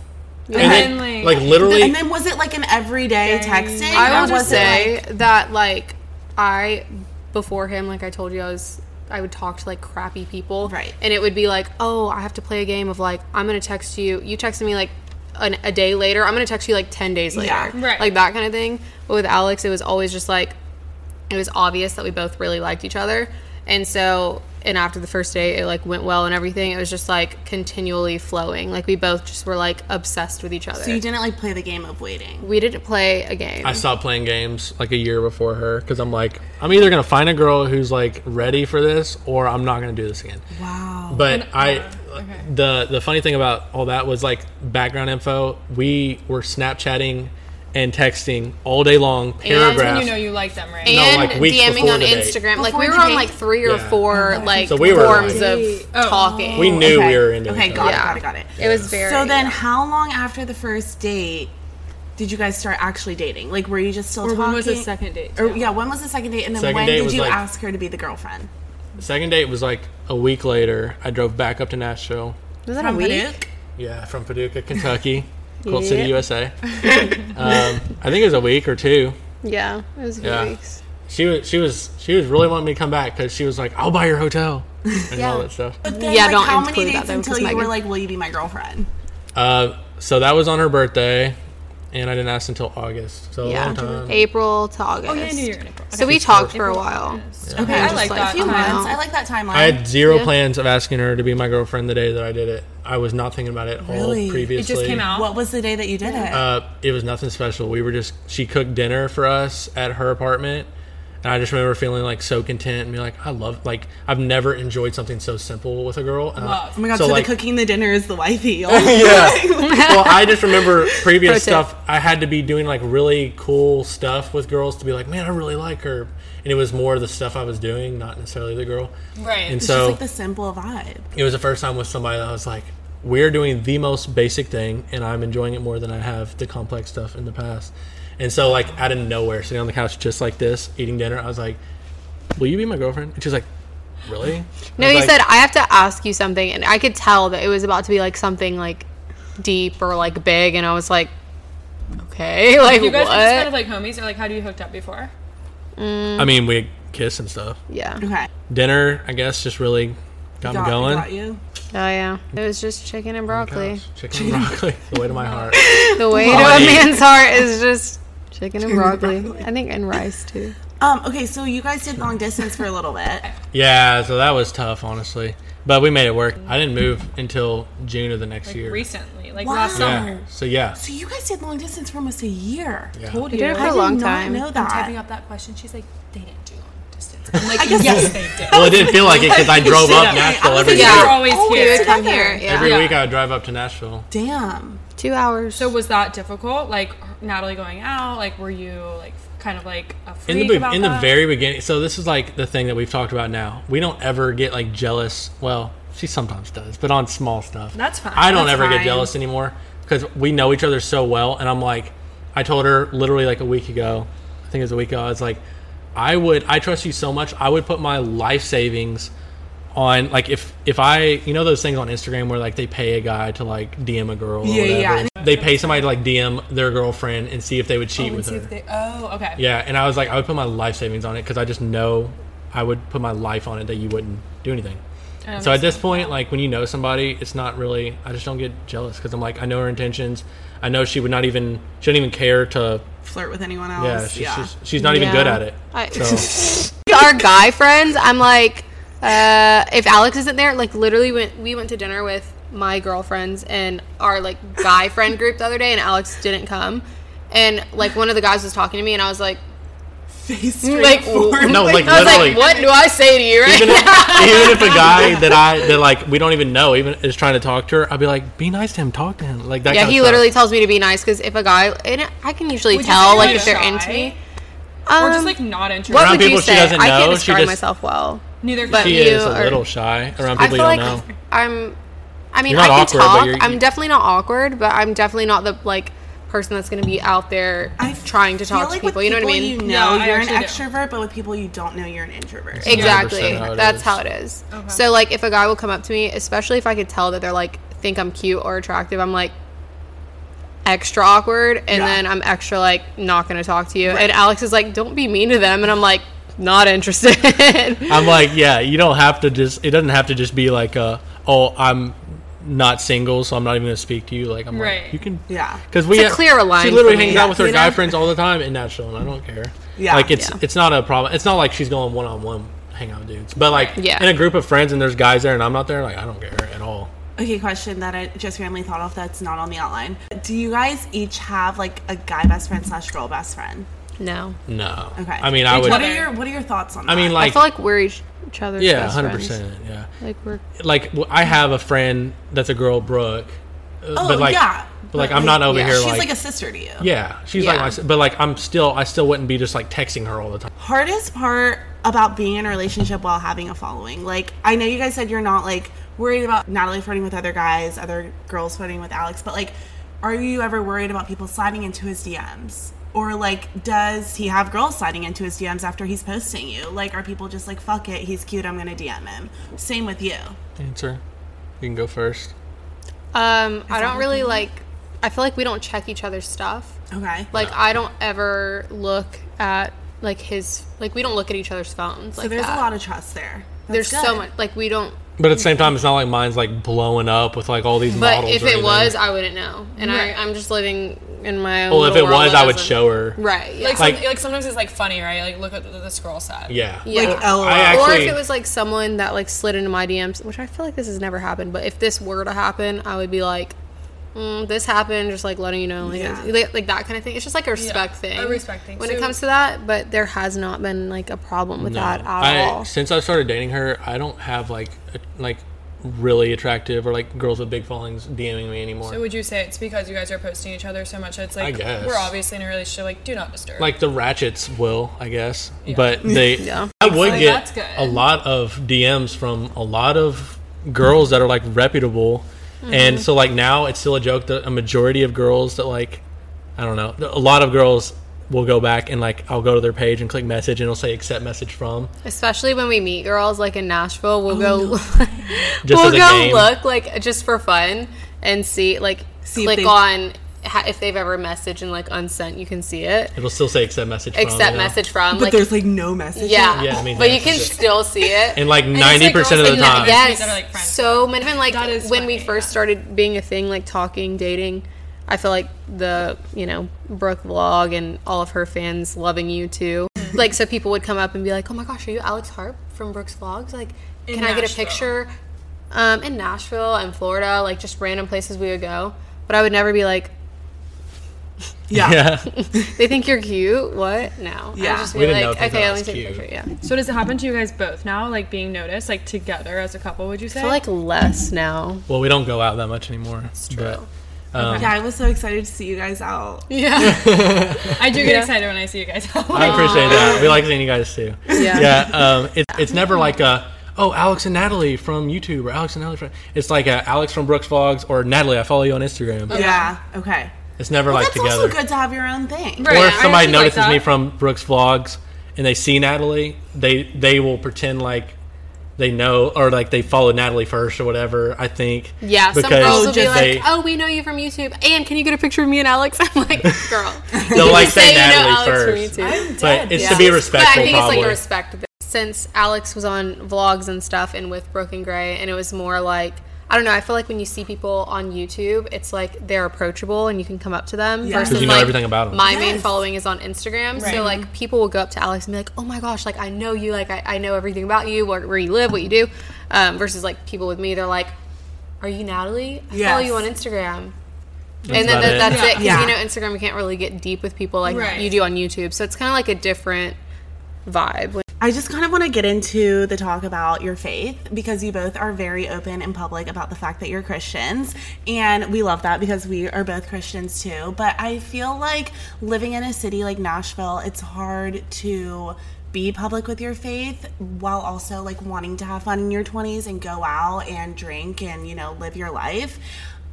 [SPEAKER 3] And
[SPEAKER 2] then,
[SPEAKER 3] then,
[SPEAKER 2] like-
[SPEAKER 3] like literally,
[SPEAKER 1] And then was it like an everyday texting?
[SPEAKER 5] I
[SPEAKER 1] or
[SPEAKER 5] will just
[SPEAKER 1] was it,
[SPEAKER 5] say
[SPEAKER 1] like-
[SPEAKER 5] that like I before him, like I told you, I was I would talk to like crappy people,
[SPEAKER 1] Right.
[SPEAKER 5] And it would be like, oh, I have to play a game of like I'm gonna text you. You texted me like an, a day later. I'm gonna text you like ten days later,
[SPEAKER 1] Yeah,
[SPEAKER 2] right.
[SPEAKER 5] Like that kind of thing. But with Alex, it was always just like it was obvious that we both really liked each other, and so. And after the first day, it like went well and everything. It was just like continually flowing. Like we both just were like obsessed with each other.
[SPEAKER 1] so you didn't like play the game of waiting.
[SPEAKER 5] we didn't play a game.
[SPEAKER 3] I stopped playing games like a year before her because I'm like, I'm either gonna find a girl who's like ready for this, or I'm not gonna do this again.
[SPEAKER 1] Wow.
[SPEAKER 3] But I, the the funny thing about all that was like background info. We were Snapchatting and texting all day long,
[SPEAKER 5] that's when
[SPEAKER 3] paragraphs.
[SPEAKER 2] you know you like them, right?
[SPEAKER 3] No,
[SPEAKER 5] and
[SPEAKER 3] like, weeks
[SPEAKER 5] DMing
[SPEAKER 3] before
[SPEAKER 5] on
[SPEAKER 3] the date.
[SPEAKER 5] Instagram. Like
[SPEAKER 1] Before
[SPEAKER 5] we
[SPEAKER 1] the
[SPEAKER 5] were on
[SPEAKER 1] date?
[SPEAKER 5] like three
[SPEAKER 3] Yeah.
[SPEAKER 5] or
[SPEAKER 2] Oh
[SPEAKER 5] four like
[SPEAKER 3] So we were,
[SPEAKER 5] forms
[SPEAKER 3] like-
[SPEAKER 5] of talking.
[SPEAKER 3] we knew
[SPEAKER 1] Okay.
[SPEAKER 3] we were into
[SPEAKER 1] Okay,
[SPEAKER 3] each
[SPEAKER 1] got it,
[SPEAKER 3] other.
[SPEAKER 5] Yeah.
[SPEAKER 1] got it, got it.
[SPEAKER 5] it was very
[SPEAKER 1] So then, how long after the first date did you guys start actually dating? Like, were you just still
[SPEAKER 2] Or
[SPEAKER 1] talking?
[SPEAKER 2] when was the second date?
[SPEAKER 1] Or yeah, when was the second date? And then
[SPEAKER 3] Second
[SPEAKER 1] when
[SPEAKER 3] date
[SPEAKER 1] did
[SPEAKER 3] was,
[SPEAKER 1] you
[SPEAKER 3] like-
[SPEAKER 1] ask her to be the girlfriend?
[SPEAKER 3] Second date was like a week later. I drove back up to Nashville.
[SPEAKER 5] was that a week?
[SPEAKER 1] Paducah?
[SPEAKER 3] Yeah, from Paducah, Kentucky, Colt City, USA. um, I think it was a week or two.
[SPEAKER 5] Yeah, it was a few
[SPEAKER 3] Yeah.
[SPEAKER 5] weeks.
[SPEAKER 3] She was she was she was really wanting me to come back because she was like, "I'll buy your hotel." And all that stuff.
[SPEAKER 1] But then,
[SPEAKER 5] Yeah,
[SPEAKER 1] like,
[SPEAKER 5] don't
[SPEAKER 1] how many
[SPEAKER 5] include that,
[SPEAKER 1] dates
[SPEAKER 5] though, 'cause
[SPEAKER 1] until you
[SPEAKER 5] Megan-
[SPEAKER 1] were like, "Will you be my girlfriend?"
[SPEAKER 3] Uh, so that was on her birthday, and I didn't ask until August. So a
[SPEAKER 5] Yeah,
[SPEAKER 3] long time.
[SPEAKER 5] April to August.
[SPEAKER 2] Oh yeah, I knew you were in April.
[SPEAKER 5] So we talked for a while.
[SPEAKER 1] Okay,
[SPEAKER 2] I like
[SPEAKER 5] like
[SPEAKER 2] that.
[SPEAKER 5] few
[SPEAKER 1] few
[SPEAKER 2] time.
[SPEAKER 1] months. I like that timeline.
[SPEAKER 3] I had zero plans of asking her to be my girlfriend the day that I did it. I was not thinking about it at
[SPEAKER 1] Really?
[SPEAKER 3] all previously.
[SPEAKER 2] It just came out.
[SPEAKER 1] what was the day that you did it?
[SPEAKER 3] Uh, it was nothing special. We were just she cooked dinner for us at her apartment, and I just remember feeling like so content and be like, I love like I've never enjoyed something so simple with a girl. And I-
[SPEAKER 1] oh my god! So,
[SPEAKER 3] like,
[SPEAKER 1] the cooking the dinner is the wifey.
[SPEAKER 3] yeah. well, I just remember previous
[SPEAKER 5] Pro tip.
[SPEAKER 3] stuff. I had to be doing like really cool stuff with girls to be like, man, I really like her, and it was more the stuff I was doing, not necessarily the girl.
[SPEAKER 2] Right.
[SPEAKER 3] And
[SPEAKER 1] It's just
[SPEAKER 3] so
[SPEAKER 1] like the simple vibe.
[SPEAKER 3] it was the first time with somebody that I was like, we're doing the most basic thing, and I'm enjoying it more than I have the complex stuff in the past. And so, like, out of nowhere, sitting on the couch just like this, eating dinner, I was like, will you be my girlfriend? And she was like, really?
[SPEAKER 5] No, you said I have to ask you something, and I could tell that it was about to be like something like deep or like big, and I was like, okay, like
[SPEAKER 2] You guys
[SPEAKER 5] what?
[SPEAKER 2] were just kind of like homies, or like how do you hooked up before?
[SPEAKER 3] I mean, we kiss and stuff.
[SPEAKER 5] yeah. Oh
[SPEAKER 1] Okay.
[SPEAKER 3] Dinner, I guess, just really got, me going.
[SPEAKER 1] Got you.
[SPEAKER 5] Oh, yeah. It was just chicken and broccoli.
[SPEAKER 3] Gosh, chicken and broccoli, the way to my heart.
[SPEAKER 5] The way to a
[SPEAKER 3] Body.
[SPEAKER 5] man's heart is just chicken and broccoli. I think and rice too.
[SPEAKER 1] Um, okay, so you guys did long distance for a little bit.
[SPEAKER 3] Yeah, so that was tough, honestly. But we made it work. I didn't move until June of the next year.
[SPEAKER 2] Recently, like
[SPEAKER 1] Wow.
[SPEAKER 2] last summer.
[SPEAKER 3] yeah. So yeah.
[SPEAKER 1] So you guys did long distance for almost a year.
[SPEAKER 3] Yeah.
[SPEAKER 5] I did it for
[SPEAKER 1] I
[SPEAKER 5] a
[SPEAKER 1] did
[SPEAKER 5] long
[SPEAKER 1] not
[SPEAKER 5] time.
[SPEAKER 1] know
[SPEAKER 2] Typing
[SPEAKER 1] that.
[SPEAKER 2] up that question, she's like, they didn't do long distance. I'm like,
[SPEAKER 1] I guess-
[SPEAKER 2] yes, they did.
[SPEAKER 3] Well, it didn't feel like it because I drove
[SPEAKER 2] Sit
[SPEAKER 3] up
[SPEAKER 2] up.
[SPEAKER 3] Nashville
[SPEAKER 2] Like,
[SPEAKER 3] every week.
[SPEAKER 5] Yeah.
[SPEAKER 2] you were always
[SPEAKER 1] Oh,
[SPEAKER 2] here.
[SPEAKER 1] yeah.
[SPEAKER 5] Come
[SPEAKER 1] Together.
[SPEAKER 5] here, yeah.
[SPEAKER 3] Every
[SPEAKER 2] Yeah.
[SPEAKER 3] week I would drive up to Nashville.
[SPEAKER 1] Damn.
[SPEAKER 5] Two hours.
[SPEAKER 2] So was that difficult? Like Natalie going out? Like were you like kind of like a
[SPEAKER 3] in
[SPEAKER 2] freak
[SPEAKER 3] the be-
[SPEAKER 2] about
[SPEAKER 3] in the
[SPEAKER 2] that?
[SPEAKER 3] very beginning. So this is like the thing that we've talked about now. We don't ever get like jealous. Well, she sometimes does, but on small stuff.
[SPEAKER 2] That's fine.
[SPEAKER 3] I don't
[SPEAKER 2] That's
[SPEAKER 3] ever get
[SPEAKER 2] fine.
[SPEAKER 3] jealous anymore because we know each other so well. And I'm like, I told her literally like a week ago. I think it was a week ago. I was like, I would. I trust you so much. I would put my life savings on like if if I you know those things on Instagram where like they pay a guy to like DM a girl.
[SPEAKER 1] Yeah,
[SPEAKER 3] or
[SPEAKER 1] yeah.
[SPEAKER 3] whatever. They pay somebody to like DM their girlfriend and see if they would cheat
[SPEAKER 2] Let's
[SPEAKER 3] with
[SPEAKER 2] see
[SPEAKER 3] her.
[SPEAKER 2] if they- oh, okay.
[SPEAKER 3] Yeah, and I was like, I would put my life savings on it because I just know I would put my life on it that you wouldn't do anything. So at this point, like when you know somebody, it's not really. I just don't get jealous because I'm like, I know her intentions. I know she would not even. She don't even care to.
[SPEAKER 1] Flirt with anyone
[SPEAKER 3] Yeah,
[SPEAKER 1] else.
[SPEAKER 3] she's she's, she's not even
[SPEAKER 5] Yeah.
[SPEAKER 3] good at it.
[SPEAKER 5] I-
[SPEAKER 3] So
[SPEAKER 5] our guy friends, I'm like, uh, if Alex isn't there, like literally went we went to dinner with my girlfriends and our like guy friend group the other day and Alex didn't come. And like one of the guys was talking to me and I was like
[SPEAKER 1] Face
[SPEAKER 5] like w-
[SPEAKER 3] no, like
[SPEAKER 5] I was
[SPEAKER 3] literally.
[SPEAKER 5] like, what do I say to you right
[SPEAKER 3] even, if,
[SPEAKER 5] now?
[SPEAKER 3] even if a guy that I that like we don't even know even is trying to talk to her, I'd be like, be nice to him, talk to him, like that.
[SPEAKER 5] Yeah,
[SPEAKER 3] kinda
[SPEAKER 5] he
[SPEAKER 3] stuff.
[SPEAKER 5] literally tells me to be nice because if a guy and I can usually tell
[SPEAKER 2] say
[SPEAKER 5] like
[SPEAKER 2] you're
[SPEAKER 5] if they're
[SPEAKER 2] shy?
[SPEAKER 5] into me.
[SPEAKER 2] Or
[SPEAKER 5] Um,
[SPEAKER 2] just like not interested.
[SPEAKER 5] what
[SPEAKER 3] Around
[SPEAKER 5] would you
[SPEAKER 3] people she
[SPEAKER 5] say?
[SPEAKER 3] doesn't
[SPEAKER 5] I can't
[SPEAKER 3] know, she
[SPEAKER 5] describe
[SPEAKER 3] just-
[SPEAKER 5] myself well.
[SPEAKER 2] Neither
[SPEAKER 5] But
[SPEAKER 3] She
[SPEAKER 5] you
[SPEAKER 3] is a
[SPEAKER 5] are-
[SPEAKER 3] little shy around
[SPEAKER 5] I
[SPEAKER 3] people
[SPEAKER 5] feel
[SPEAKER 3] you don't
[SPEAKER 5] like
[SPEAKER 3] know.
[SPEAKER 5] I'm. I mean,
[SPEAKER 3] You're not
[SPEAKER 5] I can
[SPEAKER 3] awkward, but
[SPEAKER 5] talk.
[SPEAKER 3] you're-
[SPEAKER 5] I'm definitely not awkward, but I'm definitely not the like person that's going to be out there trying to talk to people. You know what I mean?
[SPEAKER 1] You
[SPEAKER 2] Yeah,
[SPEAKER 1] know,
[SPEAKER 2] I
[SPEAKER 1] you're an
[SPEAKER 2] actually do.
[SPEAKER 1] extrovert, but with people you don't know, you're an introvert.
[SPEAKER 5] Exactly.
[SPEAKER 3] 100% how it
[SPEAKER 5] That's
[SPEAKER 3] is.
[SPEAKER 5] how it is. So like, if a guy will come up to me, especially if I could tell that they're like think I'm cute or attractive, I'm like extra awkward, and
[SPEAKER 1] Yeah.
[SPEAKER 5] then I'm extra like not going to talk to you. And Alex is like, "Don't be mean to them," and I'm like, "Not interested."
[SPEAKER 3] I'm like, yeah, you don't have to just. It doesn't have to just be like, uh, oh, I'm not single, so I'm not even gonna speak to you. Like, I'm
[SPEAKER 2] Right.
[SPEAKER 3] like, you can,
[SPEAKER 1] Yeah.
[SPEAKER 3] because we
[SPEAKER 5] It's a clearer line
[SPEAKER 3] She literally
[SPEAKER 5] for me.
[SPEAKER 3] hangs
[SPEAKER 5] Yeah.
[SPEAKER 3] out with her
[SPEAKER 5] You
[SPEAKER 3] guy
[SPEAKER 5] know?
[SPEAKER 3] friends all the time in Nashville, and I don't care.
[SPEAKER 1] Yeah.
[SPEAKER 3] like it's
[SPEAKER 5] Yeah.
[SPEAKER 3] it's not a problem. It's not like she's going one on one hang out with dudes, but like
[SPEAKER 5] Yeah.
[SPEAKER 3] in a group of friends and there's guys there and I'm not there, like I don't care at all.
[SPEAKER 1] Okay, question that I just randomly thought of that's not on the outline. Do you guys each have like a guy best friend slash girl best friend?
[SPEAKER 5] no,
[SPEAKER 3] No,
[SPEAKER 1] Okay.
[SPEAKER 3] I mean, I would.
[SPEAKER 1] What are your What are your thoughts on that?
[SPEAKER 3] I mean,
[SPEAKER 5] I
[SPEAKER 3] like,
[SPEAKER 5] feel like we're each, each other's
[SPEAKER 3] yeah,
[SPEAKER 5] best
[SPEAKER 3] hundred
[SPEAKER 5] friends.
[SPEAKER 3] percent, yeah.
[SPEAKER 5] Like we're
[SPEAKER 3] Like w- I have a friend that's a girl, Brooke, uh,
[SPEAKER 1] oh
[SPEAKER 3] but like,
[SPEAKER 1] yeah,
[SPEAKER 3] but like I'm not over
[SPEAKER 5] yeah.
[SPEAKER 3] here.
[SPEAKER 1] She's
[SPEAKER 3] like,
[SPEAKER 1] like, a sister to you.
[SPEAKER 3] Yeah, she's
[SPEAKER 5] Yeah.
[SPEAKER 3] like, my, but like, I'm still, I still wouldn't be just like texting her all the time.
[SPEAKER 1] Hardest part about being in a relationship while having a following. Like I know you guys said you're not like worried about Natalie flirting with other guys, other girls flirting with Alex, but like, are you ever worried about people sliding into his DMs? Or like, does he have girls sliding into his DMs after he's posting you? Like, are people just like, "Fuck it, he's cute, I'm gonna DM him." Same with you.
[SPEAKER 3] Answer. You can go first.
[SPEAKER 5] Um, I don't really like. I feel like we don't check each other's stuff.
[SPEAKER 1] Okay.
[SPEAKER 5] Like I don't ever look at like his like we don't look at each other's phones.
[SPEAKER 1] So
[SPEAKER 5] like
[SPEAKER 1] there's
[SPEAKER 5] that.
[SPEAKER 1] a lot of trust there.
[SPEAKER 5] there's so
[SPEAKER 1] good.
[SPEAKER 5] much like we don't.
[SPEAKER 3] But at the same time, it's not like mine's like blowing up with like all these
[SPEAKER 5] But
[SPEAKER 3] models.
[SPEAKER 5] if
[SPEAKER 3] or
[SPEAKER 5] it
[SPEAKER 3] anything.
[SPEAKER 5] was, I wouldn't know, and I I'm just living in my own.
[SPEAKER 3] well, if it
[SPEAKER 5] little world
[SPEAKER 3] was,
[SPEAKER 5] that
[SPEAKER 3] I would
[SPEAKER 5] doesn't-
[SPEAKER 3] show her.
[SPEAKER 5] Right. Yeah.
[SPEAKER 2] Like,
[SPEAKER 3] Like-
[SPEAKER 2] some, like sometimes it's like funny, right? Like look at the, the scroll side.
[SPEAKER 3] Yeah.
[SPEAKER 5] yeah.
[SPEAKER 1] Like, uh, LOL.
[SPEAKER 3] I
[SPEAKER 5] or
[SPEAKER 3] actually,
[SPEAKER 5] if it was like someone that like slid into my DMs, which I feel like this has never happened, but if this were to happen, I would be like, mm, "This happened," just like letting you know, like,
[SPEAKER 1] Yeah.
[SPEAKER 5] like, like that kind of thing. It's just like a respect thing,
[SPEAKER 2] a respect thing.
[SPEAKER 5] when it
[SPEAKER 2] So-
[SPEAKER 5] comes to that. But there has not been like a problem with that at
[SPEAKER 3] I
[SPEAKER 5] all.
[SPEAKER 3] since I started dating her, I don't have like a, like really attractive or like girls with big followings DMing me anymore.
[SPEAKER 2] So would you say it's because you guys are posting each other so much? It's like
[SPEAKER 3] guess.
[SPEAKER 2] we're obviously in a relationship. Like do not disturb.
[SPEAKER 3] like the ratchets will, I guess, but they. I would
[SPEAKER 2] Like,
[SPEAKER 3] get
[SPEAKER 2] that's good.
[SPEAKER 3] a lot of DMs from a lot of girls that are like reputable, and so like now it's still a joke that a majority of girls that like, I don't know, a lot of girls will go back and like I'll go to their page and click message and it'll say accept message from.
[SPEAKER 5] Especially when we meet girls like in Nashville, we'll go
[SPEAKER 3] Just
[SPEAKER 5] we'll
[SPEAKER 3] as a
[SPEAKER 5] go
[SPEAKER 3] game.
[SPEAKER 5] look like just for fun and see like
[SPEAKER 1] if
[SPEAKER 5] click
[SPEAKER 1] they-
[SPEAKER 5] on ha- if they've ever messaged and like unsent, you can see it.
[SPEAKER 3] It'll still say accept message. from,
[SPEAKER 5] Except
[SPEAKER 3] you know?
[SPEAKER 5] message from
[SPEAKER 1] But
[SPEAKER 5] like
[SPEAKER 1] there's like no message.
[SPEAKER 5] yeah,
[SPEAKER 3] Yeah, I mean,
[SPEAKER 5] but
[SPEAKER 3] yeah,
[SPEAKER 5] you can
[SPEAKER 3] for sure.
[SPEAKER 5] still see it.
[SPEAKER 3] And like ninety percent of the
[SPEAKER 5] Like,
[SPEAKER 3] time,
[SPEAKER 5] yes,
[SPEAKER 2] That are, like, friends.
[SPEAKER 5] so many and, like
[SPEAKER 2] That is
[SPEAKER 5] when we
[SPEAKER 2] funny,
[SPEAKER 5] first
[SPEAKER 2] yeah.
[SPEAKER 5] started being a thing, like talking, dating. I feel like the you know Brooke vlog and all of her fans loving you too.
[SPEAKER 2] Mm-hmm.
[SPEAKER 5] Like so, people would come up and be like, "Oh my gosh, are you Alex Harp from Brooke's Vlogs? Like, can I get a
[SPEAKER 2] Nashville.
[SPEAKER 5] picture?" Um, in Nashville and Florida, like just random places we would go, but I would never be like,
[SPEAKER 1] Yeah.
[SPEAKER 3] yeah,
[SPEAKER 5] "They think you're cute? What? No." I
[SPEAKER 1] Yeah.
[SPEAKER 5] would just
[SPEAKER 3] We
[SPEAKER 5] be
[SPEAKER 3] didn't know
[SPEAKER 5] like,
[SPEAKER 3] if they
[SPEAKER 5] "Okay,
[SPEAKER 3] thought
[SPEAKER 5] let
[SPEAKER 3] it
[SPEAKER 5] me
[SPEAKER 3] was
[SPEAKER 5] take a
[SPEAKER 3] cute.
[SPEAKER 5] picture." Yeah.
[SPEAKER 2] So does it happen to you guys both now, like being noticed, like together as a couple? Would you say?
[SPEAKER 5] I feel like less now.
[SPEAKER 3] Well, we don't go out that much anymore. It's
[SPEAKER 5] true.
[SPEAKER 1] Yeah, I was so excited to see you guys out.
[SPEAKER 5] Yeah.
[SPEAKER 2] I do get excited when I see you guys.
[SPEAKER 3] I appreciate that. We like seeing you guys too. Yeah. um, it's it's never like a oh Alex and Natalie from YouTube or Alex and Natalie from. It's like a Alex from Brooks Vlogs or Natalie. I follow you on Instagram.
[SPEAKER 5] Oh,
[SPEAKER 1] Yeah. Okay.
[SPEAKER 3] It's never like
[SPEAKER 1] That's
[SPEAKER 3] together.
[SPEAKER 1] also good to have your own thing.
[SPEAKER 2] Right.
[SPEAKER 3] Or
[SPEAKER 2] Yeah,
[SPEAKER 3] if
[SPEAKER 2] I actually
[SPEAKER 3] somebody
[SPEAKER 2] like
[SPEAKER 3] notices me
[SPEAKER 2] that.
[SPEAKER 3] from Brooks Vlogs and they see Natalie, they they will pretend like they know or like they followed Natalie first or whatever. I think.
[SPEAKER 5] Yeah, some girls will be
[SPEAKER 3] just
[SPEAKER 5] like,
[SPEAKER 3] they,
[SPEAKER 5] "Oh, we know you from YouTube, and can you get a picture of me and Alex?" I'm like, "Girl,
[SPEAKER 3] they'll like say,
[SPEAKER 5] you know
[SPEAKER 3] Natalie
[SPEAKER 5] Alex from
[SPEAKER 3] first,
[SPEAKER 5] YouTube.
[SPEAKER 3] but it's
[SPEAKER 5] Yeah.
[SPEAKER 3] to be respectful.
[SPEAKER 5] But I think
[SPEAKER 3] probably.
[SPEAKER 5] it's like a respect thing. Since Alex was on vlogs and stuff and with Brooke and Gray, and it was more like, I don't know, I feel like when you see people on YouTube, it's like they're approachable and you can come up to them.
[SPEAKER 1] Yeah. 'Cause
[SPEAKER 5] Versus
[SPEAKER 3] you know
[SPEAKER 5] like,
[SPEAKER 3] everything about 'em.
[SPEAKER 5] My main following is on Instagram. So like people will go up to Alex and be like, oh my gosh, like I know you, like I, I know everything about you, where, where you live, what you do. Um, versus like people with me, they're like, are you Natalie? I follow
[SPEAKER 1] Yes.
[SPEAKER 5] you on Instagram. and then
[SPEAKER 3] about it.
[SPEAKER 5] that, that's it. 'cause,
[SPEAKER 1] Yeah.
[SPEAKER 5] you know, Instagram, you can't really get deep with people like
[SPEAKER 2] Right.
[SPEAKER 5] you do on YouTube. So it's kind of like a different vibe. When-
[SPEAKER 1] I just kind of want to get into the talk about your faith because you both are very open and public about the fact that you're Christians. And we love that because we are both Christians too. But I feel like living in a city like Nashville, it's hard to be public with your faith while also like wanting to have fun in your 20s and go out and drink and, you know, live your life.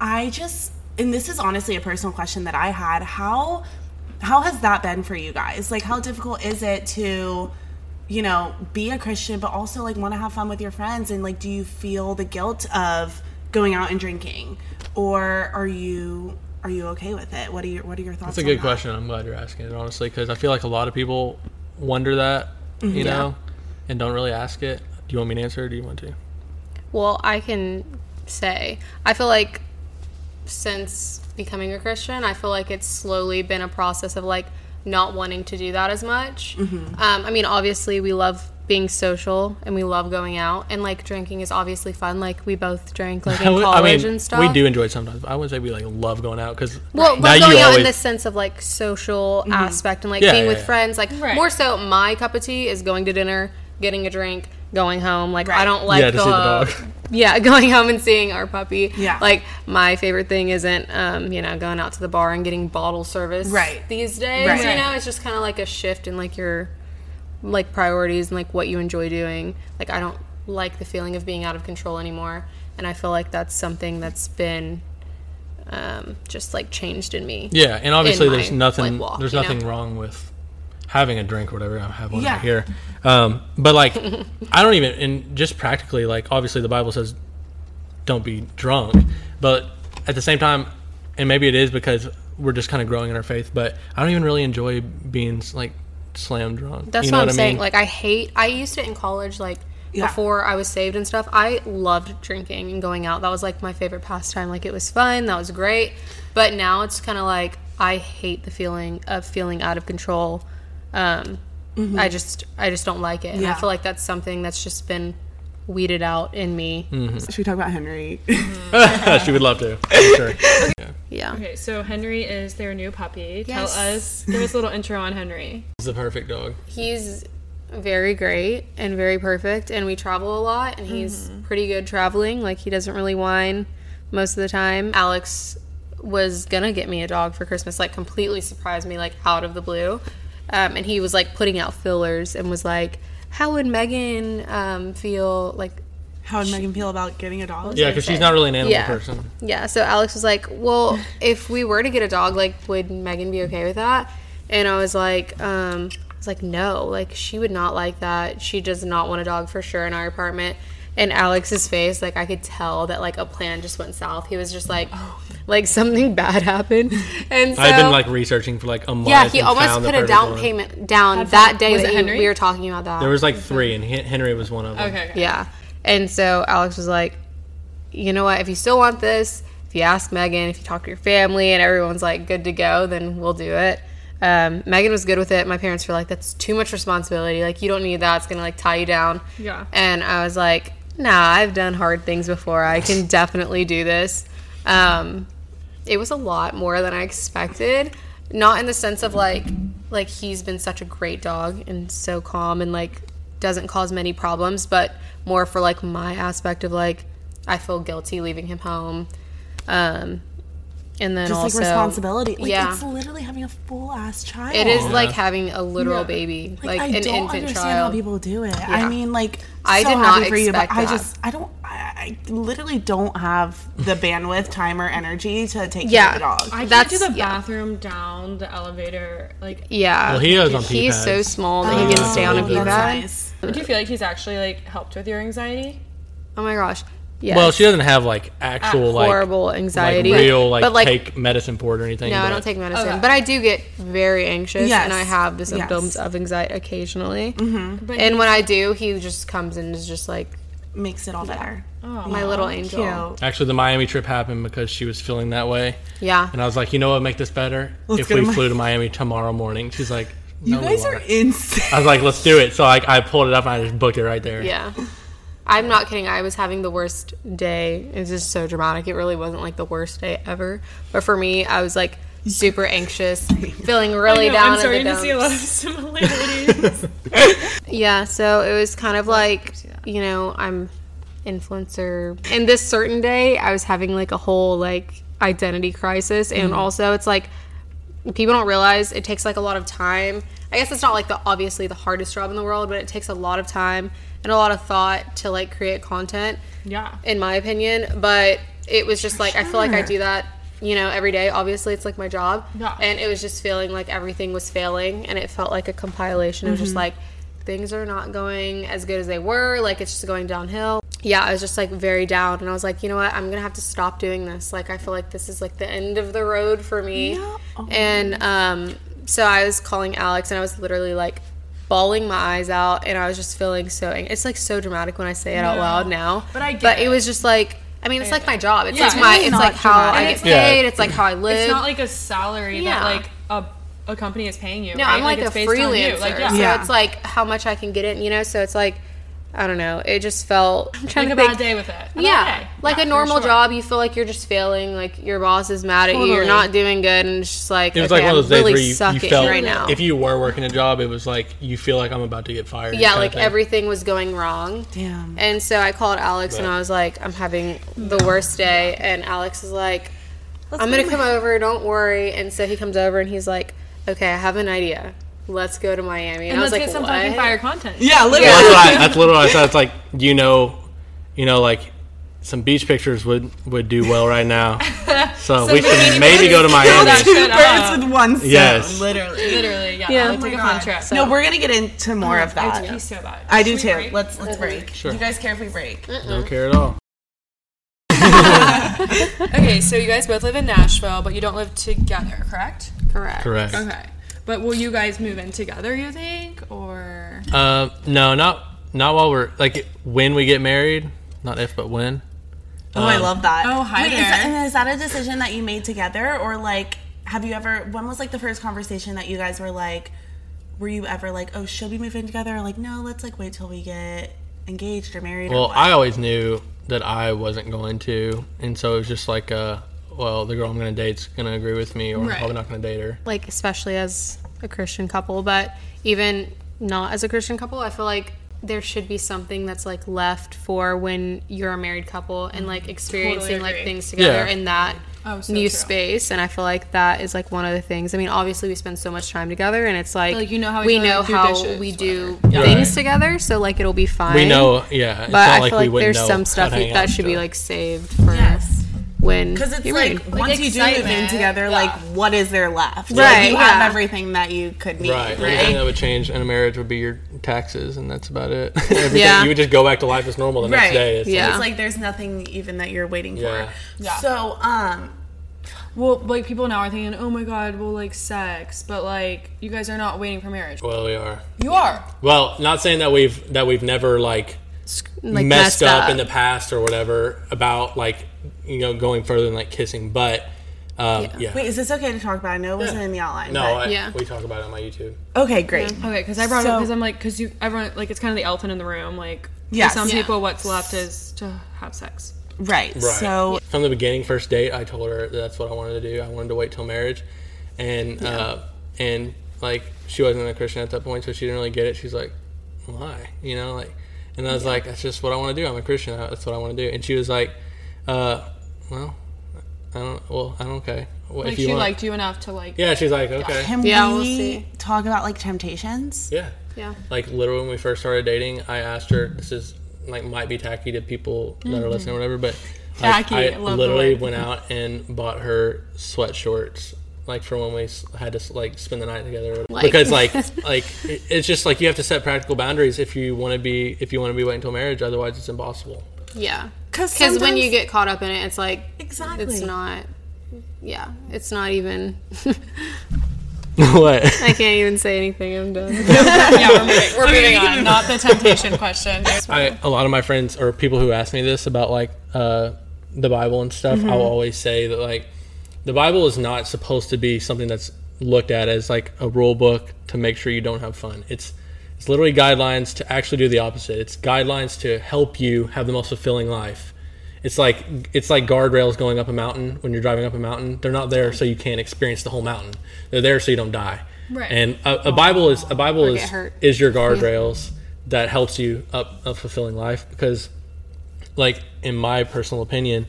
[SPEAKER 1] I just, and this is honestly a personal question that I had. How. How has that been for you guys? Like, how difficult is it to you know, be a Christian, but also like want to have fun with your friends? And like, do you feel the guilt of going out and drinking, or are you are you okay with it? What are your What are your thoughts?
[SPEAKER 3] That's a
[SPEAKER 1] on
[SPEAKER 3] good
[SPEAKER 1] that?
[SPEAKER 3] question. I'm glad you're asking it, honestly, because I feel like a lot of people wonder that,
[SPEAKER 5] Mm-hmm.
[SPEAKER 3] you know, and don't really ask it. Do you want me to answer or do you want to?
[SPEAKER 5] well, I can say, I feel like since becoming a Christian, I feel like it's slowly been a process of like not wanting to do that as much. Um, I mean, obviously, we love being social and we love going out, and like drinking is obviously fun. Like, we both drank like in college and stuff.
[SPEAKER 3] we do enjoy it sometimes, but I wouldn't say we like love going out because
[SPEAKER 5] Well,
[SPEAKER 3] now
[SPEAKER 5] but going
[SPEAKER 3] you
[SPEAKER 5] out
[SPEAKER 3] always. Mm-hmm.
[SPEAKER 5] in the sense of like social aspect and like
[SPEAKER 3] Yeah,
[SPEAKER 5] being
[SPEAKER 3] yeah,
[SPEAKER 5] with
[SPEAKER 3] yeah.
[SPEAKER 5] friends, like
[SPEAKER 2] Right.
[SPEAKER 5] more so my cup of tea is going to dinner, getting a drink, going home. Like I don't like
[SPEAKER 3] yeah, to see the dog.
[SPEAKER 5] yeah, going home and seeing our puppy.
[SPEAKER 1] Yeah.
[SPEAKER 5] Like my favorite thing isn't um, you know, going out to the bar and getting bottle service
[SPEAKER 1] Right.
[SPEAKER 5] these days.
[SPEAKER 1] Right.
[SPEAKER 5] You know, it's just kinda like a shift in like your like priorities and like what you enjoy doing. Like I don't like the feeling of being out of control anymore. And I feel like that's something that's been um, just like changed in me.
[SPEAKER 3] Yeah, and obviously there's
[SPEAKER 5] my,
[SPEAKER 3] nothing
[SPEAKER 5] like, walk,
[SPEAKER 3] there's
[SPEAKER 5] you
[SPEAKER 3] nothing
[SPEAKER 5] know?
[SPEAKER 3] wrong with having a drink or whatever. I have one
[SPEAKER 1] Yeah.
[SPEAKER 3] right here, um, but like I don't even and just practically like obviously the Bible says don't be drunk, but at the same time, and maybe it is because we're just kind of growing in our faith. But I don't even really enjoy being like slam drunk.
[SPEAKER 5] That's
[SPEAKER 3] you know
[SPEAKER 5] what I'm
[SPEAKER 3] what, I
[SPEAKER 5] saying.
[SPEAKER 3] mean?
[SPEAKER 5] Like I hate. I used it in college. Like before I was saved and stuff. I loved drinking and going out. That was like my favorite pastime. Like it was fun. That was great. But now it's kind of like I hate the feeling of feeling out of control. Um, I just I just don't like it. And I
[SPEAKER 1] Yeah.
[SPEAKER 5] feel like that's something that's just been weeded out in me.
[SPEAKER 3] Hmm.
[SPEAKER 1] Should we talk about Henry?
[SPEAKER 3] she would love to. I'm sure.
[SPEAKER 5] Yeah.
[SPEAKER 2] Okay, so Henry is their new puppy.
[SPEAKER 5] Yes.
[SPEAKER 2] Tell us, give us a little intro on Henry.
[SPEAKER 3] He's the perfect dog.
[SPEAKER 5] he's very great and very perfect and we travel a lot and he's pretty good traveling like he doesn't really whine most of the time alex was gonna get me a dog for christmas like completely surprised me like out of the blue um, and he was like putting out fillers and was like how would megan um, feel like
[SPEAKER 1] How would Megan feel about getting a dog?
[SPEAKER 3] Yeah, because she's not really an animal
[SPEAKER 5] Yeah.
[SPEAKER 3] person.
[SPEAKER 5] yeah, so Alex was like, "Well, if we were to get a dog, like, would Megan be okay with that?" And I was like, um, "I was like, no, like she would not like that. She does not want a dog for sure in our
[SPEAKER 2] Oh.
[SPEAKER 5] apartment." And Alex's face, like I could tell that like a plan just went south. He was just like, like something bad happened. And so
[SPEAKER 3] I've been like researching for like a month.
[SPEAKER 5] yeah, he
[SPEAKER 3] and
[SPEAKER 5] almost
[SPEAKER 3] found the
[SPEAKER 5] put a
[SPEAKER 3] perfect
[SPEAKER 5] down
[SPEAKER 3] one.
[SPEAKER 5] payment down that day
[SPEAKER 2] Was
[SPEAKER 5] that
[SPEAKER 2] it
[SPEAKER 5] you-
[SPEAKER 2] Henry?
[SPEAKER 5] we were talking about that.
[SPEAKER 3] There was like three, and Hen- Henry was one of them.
[SPEAKER 2] Okay. okay.
[SPEAKER 5] Yeah. And so Alex was like, you know what? If you still want this, if you ask Megan, if you talk to your family, and everyone's like good to go, then we'll do it. Um, Megan was good with it. My parents were like, that's too much responsibility. Like, you don't need that. It's going to like tie you down.
[SPEAKER 2] Yeah.
[SPEAKER 5] And I was like, nah, I've done hard things before. I can definitely do this. Um, it was a lot more than I expected. Not in the sense of like like he's been such a great dog and so calm and like doesn't cause many problems, but more for like my aspect of like I feel guilty leaving him home. Um and then
[SPEAKER 1] Just
[SPEAKER 5] also
[SPEAKER 1] like responsibility. Like
[SPEAKER 5] yeah.
[SPEAKER 1] it's literally having a full ass child.
[SPEAKER 5] It
[SPEAKER 3] Oh,
[SPEAKER 5] is like having a literal baby,
[SPEAKER 1] Like,
[SPEAKER 5] like,
[SPEAKER 1] I
[SPEAKER 5] an
[SPEAKER 1] don't
[SPEAKER 5] infant
[SPEAKER 1] understand
[SPEAKER 5] child.
[SPEAKER 1] how people do it.
[SPEAKER 5] Yeah.
[SPEAKER 1] I mean, like
[SPEAKER 5] I
[SPEAKER 1] so
[SPEAKER 5] did not
[SPEAKER 1] happy for you, but
[SPEAKER 5] expect
[SPEAKER 1] I
[SPEAKER 5] that.
[SPEAKER 1] just I don't I, I literally don't have the bandwidth, time, or energy to take
[SPEAKER 5] Yeah.
[SPEAKER 1] care of the dog.
[SPEAKER 2] I can't
[SPEAKER 5] That's-
[SPEAKER 2] do the
[SPEAKER 5] yeah.
[SPEAKER 2] bathroom down the elevator. Like,
[SPEAKER 5] yeah.
[SPEAKER 3] Well, he is on pee
[SPEAKER 5] He's so
[SPEAKER 3] pads.
[SPEAKER 5] small that he can stay on a
[SPEAKER 3] Oh,
[SPEAKER 5] pee
[SPEAKER 1] That's
[SPEAKER 5] pad.
[SPEAKER 1] nice.
[SPEAKER 2] do you feel like he's actually like helped with your anxiety?
[SPEAKER 5] Oh my gosh. Yes. Ah,
[SPEAKER 3] Well, she doesn't have like actual like
[SPEAKER 5] horrible anxiety.
[SPEAKER 3] like real like,
[SPEAKER 5] but like
[SPEAKER 3] take medicine for it or anything.
[SPEAKER 5] No, I
[SPEAKER 3] but-
[SPEAKER 5] don't take medicine, but I do get very anxious,
[SPEAKER 1] Yes.
[SPEAKER 5] and I have the
[SPEAKER 1] Yes.
[SPEAKER 5] symptoms of anxiety occasionally. Mm-hmm.
[SPEAKER 2] But
[SPEAKER 5] And when I do, he just comes and is just like
[SPEAKER 1] Makes it all better.
[SPEAKER 2] Oh,
[SPEAKER 5] my little angel.
[SPEAKER 1] Cute.
[SPEAKER 3] Actually, the Miami trip happened because she was feeling that way,
[SPEAKER 5] Yeah,
[SPEAKER 3] and I was like, you know what, would make this better
[SPEAKER 1] Let's
[SPEAKER 3] if
[SPEAKER 1] go
[SPEAKER 3] we
[SPEAKER 1] to Mi-
[SPEAKER 3] flew to Miami tomorrow morning. She's like,
[SPEAKER 1] You
[SPEAKER 3] no, we
[SPEAKER 1] guys
[SPEAKER 3] won't.
[SPEAKER 1] are insane.
[SPEAKER 3] I was like, let's do it. So like, I pulled it up and I just booked it right there.
[SPEAKER 5] yeah. I'm not kidding. I was having the worst day. It's just so dramatic. It really wasn't like the worst day ever, but for me, I was like super anxious, feeling really
[SPEAKER 2] No,
[SPEAKER 5] down.
[SPEAKER 2] I'm
[SPEAKER 5] in
[SPEAKER 2] starting
[SPEAKER 5] the
[SPEAKER 2] to see a
[SPEAKER 5] dumps.
[SPEAKER 2] lot of similarities.
[SPEAKER 5] Yeah, so it was kind of like, you know, I'm influencer. And this certain day, I was having like a whole like identity crisis and also it's like people don't realize it takes like a lot of time. I guess it's not like the obviously the hardest job in the world, but it takes a lot of time and a lot of thought to like create content
[SPEAKER 2] yeah.
[SPEAKER 5] in my opinion. But it was just like I feel like I do that, you know, every day. Obviously, it's like my job,
[SPEAKER 2] Yeah.
[SPEAKER 5] and it was just feeling like everything was failing, and it felt like a compilation of
[SPEAKER 2] Mm-hmm.
[SPEAKER 5] just like things are not going as good as they were. Like it's just going downhill. Yeah, I was just like very down, and I was like, you know what, I'm gonna have to stop doing this. Like I feel like this is like the end of the road for me, and um, so I was calling Alex, and I was literally like. Bawling my eyes out, and I was just feeling so. Ang- it's like so dramatic when I say it out loud now.
[SPEAKER 2] But I get
[SPEAKER 5] But
[SPEAKER 2] it.
[SPEAKER 5] it was just like I mean, it's like my job. It's
[SPEAKER 2] Yeah,
[SPEAKER 5] like my.
[SPEAKER 2] it's
[SPEAKER 5] It's
[SPEAKER 1] not
[SPEAKER 5] like how I
[SPEAKER 1] dramatic.
[SPEAKER 5] get
[SPEAKER 3] Yeah.
[SPEAKER 5] paid. It's like how I live.
[SPEAKER 2] It's not like a salary
[SPEAKER 5] Yeah.
[SPEAKER 2] that like a, a company is paying you.
[SPEAKER 5] no,
[SPEAKER 2] right?
[SPEAKER 5] I'm like,
[SPEAKER 2] it's
[SPEAKER 5] a
[SPEAKER 2] based on you.
[SPEAKER 5] freelancer.
[SPEAKER 2] Like, yeah.
[SPEAKER 5] So
[SPEAKER 1] Yeah.
[SPEAKER 5] it's like how much I can get in. You know. So it's like I don't know. It just felt. I'm trying
[SPEAKER 2] Like a
[SPEAKER 5] to
[SPEAKER 2] bad
[SPEAKER 5] think.
[SPEAKER 2] day with it. A bad
[SPEAKER 5] Yeah,
[SPEAKER 2] day.
[SPEAKER 5] like
[SPEAKER 2] Yeah,
[SPEAKER 5] a
[SPEAKER 2] for
[SPEAKER 5] normal
[SPEAKER 2] sure.
[SPEAKER 5] job, you feel like you're just failing. Like your boss is mad at you. You're
[SPEAKER 2] Totally.
[SPEAKER 5] not doing good, and it's just like
[SPEAKER 3] It was
[SPEAKER 5] okay,
[SPEAKER 3] like one of those days
[SPEAKER 5] I'm really
[SPEAKER 3] where you,
[SPEAKER 5] sucking
[SPEAKER 3] you felt
[SPEAKER 5] right now.
[SPEAKER 3] if you were working a job, it was like you feel like I'm about to get fired.
[SPEAKER 5] yeah,
[SPEAKER 3] kinda
[SPEAKER 5] like
[SPEAKER 3] thing.
[SPEAKER 5] everything was going wrong.
[SPEAKER 1] Damn.
[SPEAKER 5] And so I called Alex and
[SPEAKER 3] Right.
[SPEAKER 5] I was like, I'm having the worst day. And Alex is like, I'm going to come over. Don't worry. And so he comes over and he's like, okay, I have an idea. Let's go to Miami. And,
[SPEAKER 2] And
[SPEAKER 5] I
[SPEAKER 2] let's
[SPEAKER 5] was like,
[SPEAKER 2] get some
[SPEAKER 5] what?
[SPEAKER 2] fucking fire content.
[SPEAKER 1] Yeah, literally.
[SPEAKER 3] Well, that's what I, that's literally what I said. It's like you know, you know, like some beach pictures would would do well right now. So we should maybe go to
[SPEAKER 2] That's
[SPEAKER 3] Miami.
[SPEAKER 1] Two
[SPEAKER 2] it, uh,
[SPEAKER 1] birds with one stone.
[SPEAKER 3] Yes.
[SPEAKER 1] literally.
[SPEAKER 2] Literally, yeah. yeah.
[SPEAKER 5] Oh
[SPEAKER 2] Let's take a fun trip.
[SPEAKER 1] No, we're gonna get into more of
[SPEAKER 2] Uh-huh. I
[SPEAKER 1] that.
[SPEAKER 2] have to pee so bad.
[SPEAKER 1] I do
[SPEAKER 2] Should we
[SPEAKER 1] too.
[SPEAKER 2] break?
[SPEAKER 1] Let's let's break.
[SPEAKER 3] Sure.
[SPEAKER 1] Do you guys care if we break?
[SPEAKER 3] Don't care at all.
[SPEAKER 2] Okay, so you guys both live in Nashville, but you don't live together, correct?
[SPEAKER 5] Correct.
[SPEAKER 3] Correct.
[SPEAKER 2] Okay. But will you guys move in together, you think? Or
[SPEAKER 3] Um, no, not not while we're like when we get married. Not if, but when.
[SPEAKER 1] Oh, I love that.
[SPEAKER 2] Oh, hi
[SPEAKER 1] Wait, Is
[SPEAKER 2] there.
[SPEAKER 1] that, and is that a decision that you made together, or like, have you ever? When was like the first conversation that you guys were like? Were you ever like, oh, should we move in together? Or like, no, let's like wait till we get engaged or married. or
[SPEAKER 3] Well,
[SPEAKER 1] what?
[SPEAKER 3] I always knew that I wasn't going to, and so it was just like, uh, well, the girl I'm going to date's going to agree with me, or I'm
[SPEAKER 2] Right.
[SPEAKER 3] probably not going to date her.
[SPEAKER 5] Like, especially as a Christian couple, but even not as a Christian couple, I feel like there should be something that's like left for when you're a married couple and like experiencing like
[SPEAKER 2] Mm-hmm. agree.
[SPEAKER 5] things
[SPEAKER 3] Yeah.
[SPEAKER 5] together in that
[SPEAKER 2] Oh, so true.
[SPEAKER 5] new space and i feel like that is like one of the things i mean obviously we spend so much time together and it's like,
[SPEAKER 2] Like, you know how
[SPEAKER 5] we
[SPEAKER 2] each other
[SPEAKER 5] know
[SPEAKER 2] do
[SPEAKER 5] how
[SPEAKER 2] dishes,
[SPEAKER 5] we do
[SPEAKER 2] whatever.
[SPEAKER 5] things
[SPEAKER 3] Right.
[SPEAKER 5] together so like it'll be fine
[SPEAKER 3] We know, yeah. It's
[SPEAKER 5] but
[SPEAKER 3] not
[SPEAKER 5] i
[SPEAKER 3] like
[SPEAKER 5] feel
[SPEAKER 3] we
[SPEAKER 5] like
[SPEAKER 3] wouldn't know
[SPEAKER 5] there's some
[SPEAKER 3] how
[SPEAKER 5] stuff
[SPEAKER 3] to hang out
[SPEAKER 5] that should be
[SPEAKER 3] still.
[SPEAKER 5] like saved for
[SPEAKER 1] Yes.
[SPEAKER 5] when
[SPEAKER 1] Because it's
[SPEAKER 5] you're
[SPEAKER 1] like,
[SPEAKER 5] married.
[SPEAKER 1] once you do move in
[SPEAKER 2] excitement.
[SPEAKER 1] together, like what is there left? Like,
[SPEAKER 5] Right,
[SPEAKER 1] you have
[SPEAKER 5] yeah.
[SPEAKER 1] everything that you could need. Right.
[SPEAKER 3] Right. The only thing that would change in a marriage would be your taxes, and that's about it. Everything,
[SPEAKER 5] Yeah.
[SPEAKER 3] You would just go back to life as normal the next
[SPEAKER 1] Right.
[SPEAKER 3] day. It's
[SPEAKER 5] Yeah.
[SPEAKER 3] Like,
[SPEAKER 1] It's like there's nothing even that you're waiting
[SPEAKER 3] Yeah.
[SPEAKER 1] for. So, um,
[SPEAKER 2] well, like people now are thinking, oh my god, well, like sex, but like you guys are not waiting for marriage.
[SPEAKER 3] Well, we are.
[SPEAKER 2] You are.
[SPEAKER 3] Well, not saying that we've that we've never like,
[SPEAKER 5] like
[SPEAKER 3] messed, up, in the past or whatever about like you know going further than like kissing, but um, yeah.
[SPEAKER 1] Wait, is this okay to talk about? I know it wasn't in the outline.
[SPEAKER 3] no,
[SPEAKER 1] but-
[SPEAKER 3] I,
[SPEAKER 5] yeah.
[SPEAKER 3] we talk about it on my YouTube.
[SPEAKER 1] okay, great.
[SPEAKER 2] Okay, because I brought it up
[SPEAKER 1] So-
[SPEAKER 2] because I'm like, because you everyone like it's kind of the elephant in the room. Like, yeah,
[SPEAKER 1] Yes.
[SPEAKER 2] some
[SPEAKER 5] Yeah.
[SPEAKER 2] people, what's left is to have sex.
[SPEAKER 1] Right. So
[SPEAKER 3] from the beginning first date i told her that's what i wanted to do i wanted to wait till marriage and uh, and like she wasn't a christian at that point so she didn't really get it she's like why you know like and i was like that's just what i want to do i'm a christian that's what i want to do and she was like uh, well i don't well i don't okay well,
[SPEAKER 2] Like
[SPEAKER 3] if you
[SPEAKER 2] she
[SPEAKER 3] want
[SPEAKER 2] liked you enough to like.
[SPEAKER 3] yeah she's like okay yeah,
[SPEAKER 1] can
[SPEAKER 5] Yeah,
[SPEAKER 1] we
[SPEAKER 5] we'll see.
[SPEAKER 1] talk about like temptations?
[SPEAKER 5] Yeah.
[SPEAKER 3] like literally when we first started dating i asked her this is like might be tacky to people that are listening or whatever but like,
[SPEAKER 2] Tacky,
[SPEAKER 3] i
[SPEAKER 2] I love the
[SPEAKER 3] literally
[SPEAKER 2] word.
[SPEAKER 3] went out and bought her sweatshorts like for when we s- had to like spend the night together or whatever.
[SPEAKER 5] Like-
[SPEAKER 3] because like like it- it's just like you have to set practical boundaries if you want to be if you want to be waiting until marriage otherwise it's impossible
[SPEAKER 5] Yeah.
[SPEAKER 1] Because
[SPEAKER 5] Because when you get caught up in it, it's like
[SPEAKER 1] exactly,
[SPEAKER 5] it's not. Yeah, it's not even.
[SPEAKER 3] what
[SPEAKER 5] I can't even say anything. I'm done.
[SPEAKER 2] yeah, we're moving, we're moving on. Not the temptation question.
[SPEAKER 3] I, a lot of my friends or people who ask me this about like uh, the Bible and stuff, I'll always say that like the Bible is not supposed to be something that's looked at as like a rule book to make sure you don't have fun. It's it's literally guidelines to actually do the opposite. It's guidelines to help you have the most fulfilling life. It's like it's like guardrails going up a mountain when you're driving up a mountain. They're not there so you can't experience the whole mountain. They're there so you don't die.
[SPEAKER 2] Right.
[SPEAKER 3] And a, a Bible is a Bible
[SPEAKER 5] get
[SPEAKER 3] is
[SPEAKER 5] hurt.
[SPEAKER 3] is your guardrails that helps you up a fulfilling life because like in my personal opinion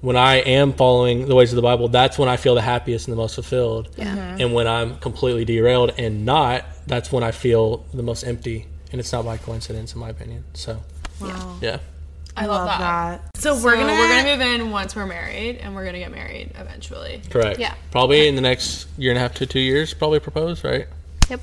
[SPEAKER 3] when i am following the ways of the bible that's when i feel the happiest and the most fulfilled
[SPEAKER 5] Yeah.
[SPEAKER 2] Mm-hmm.
[SPEAKER 3] and when i'm completely derailed and not that's when i feel the most empty and it's not by coincidence in my opinion so
[SPEAKER 2] Wow.
[SPEAKER 3] yeah
[SPEAKER 2] I love,
[SPEAKER 1] love
[SPEAKER 2] that.
[SPEAKER 1] that. So
[SPEAKER 2] We're
[SPEAKER 1] we're
[SPEAKER 2] gonna,
[SPEAKER 1] gonna
[SPEAKER 2] we're gonna move in once we're married, and we're gonna get married eventually.
[SPEAKER 3] correct
[SPEAKER 5] Yeah.
[SPEAKER 3] probably in the next year and a half to two years probably propose right
[SPEAKER 5] Yep.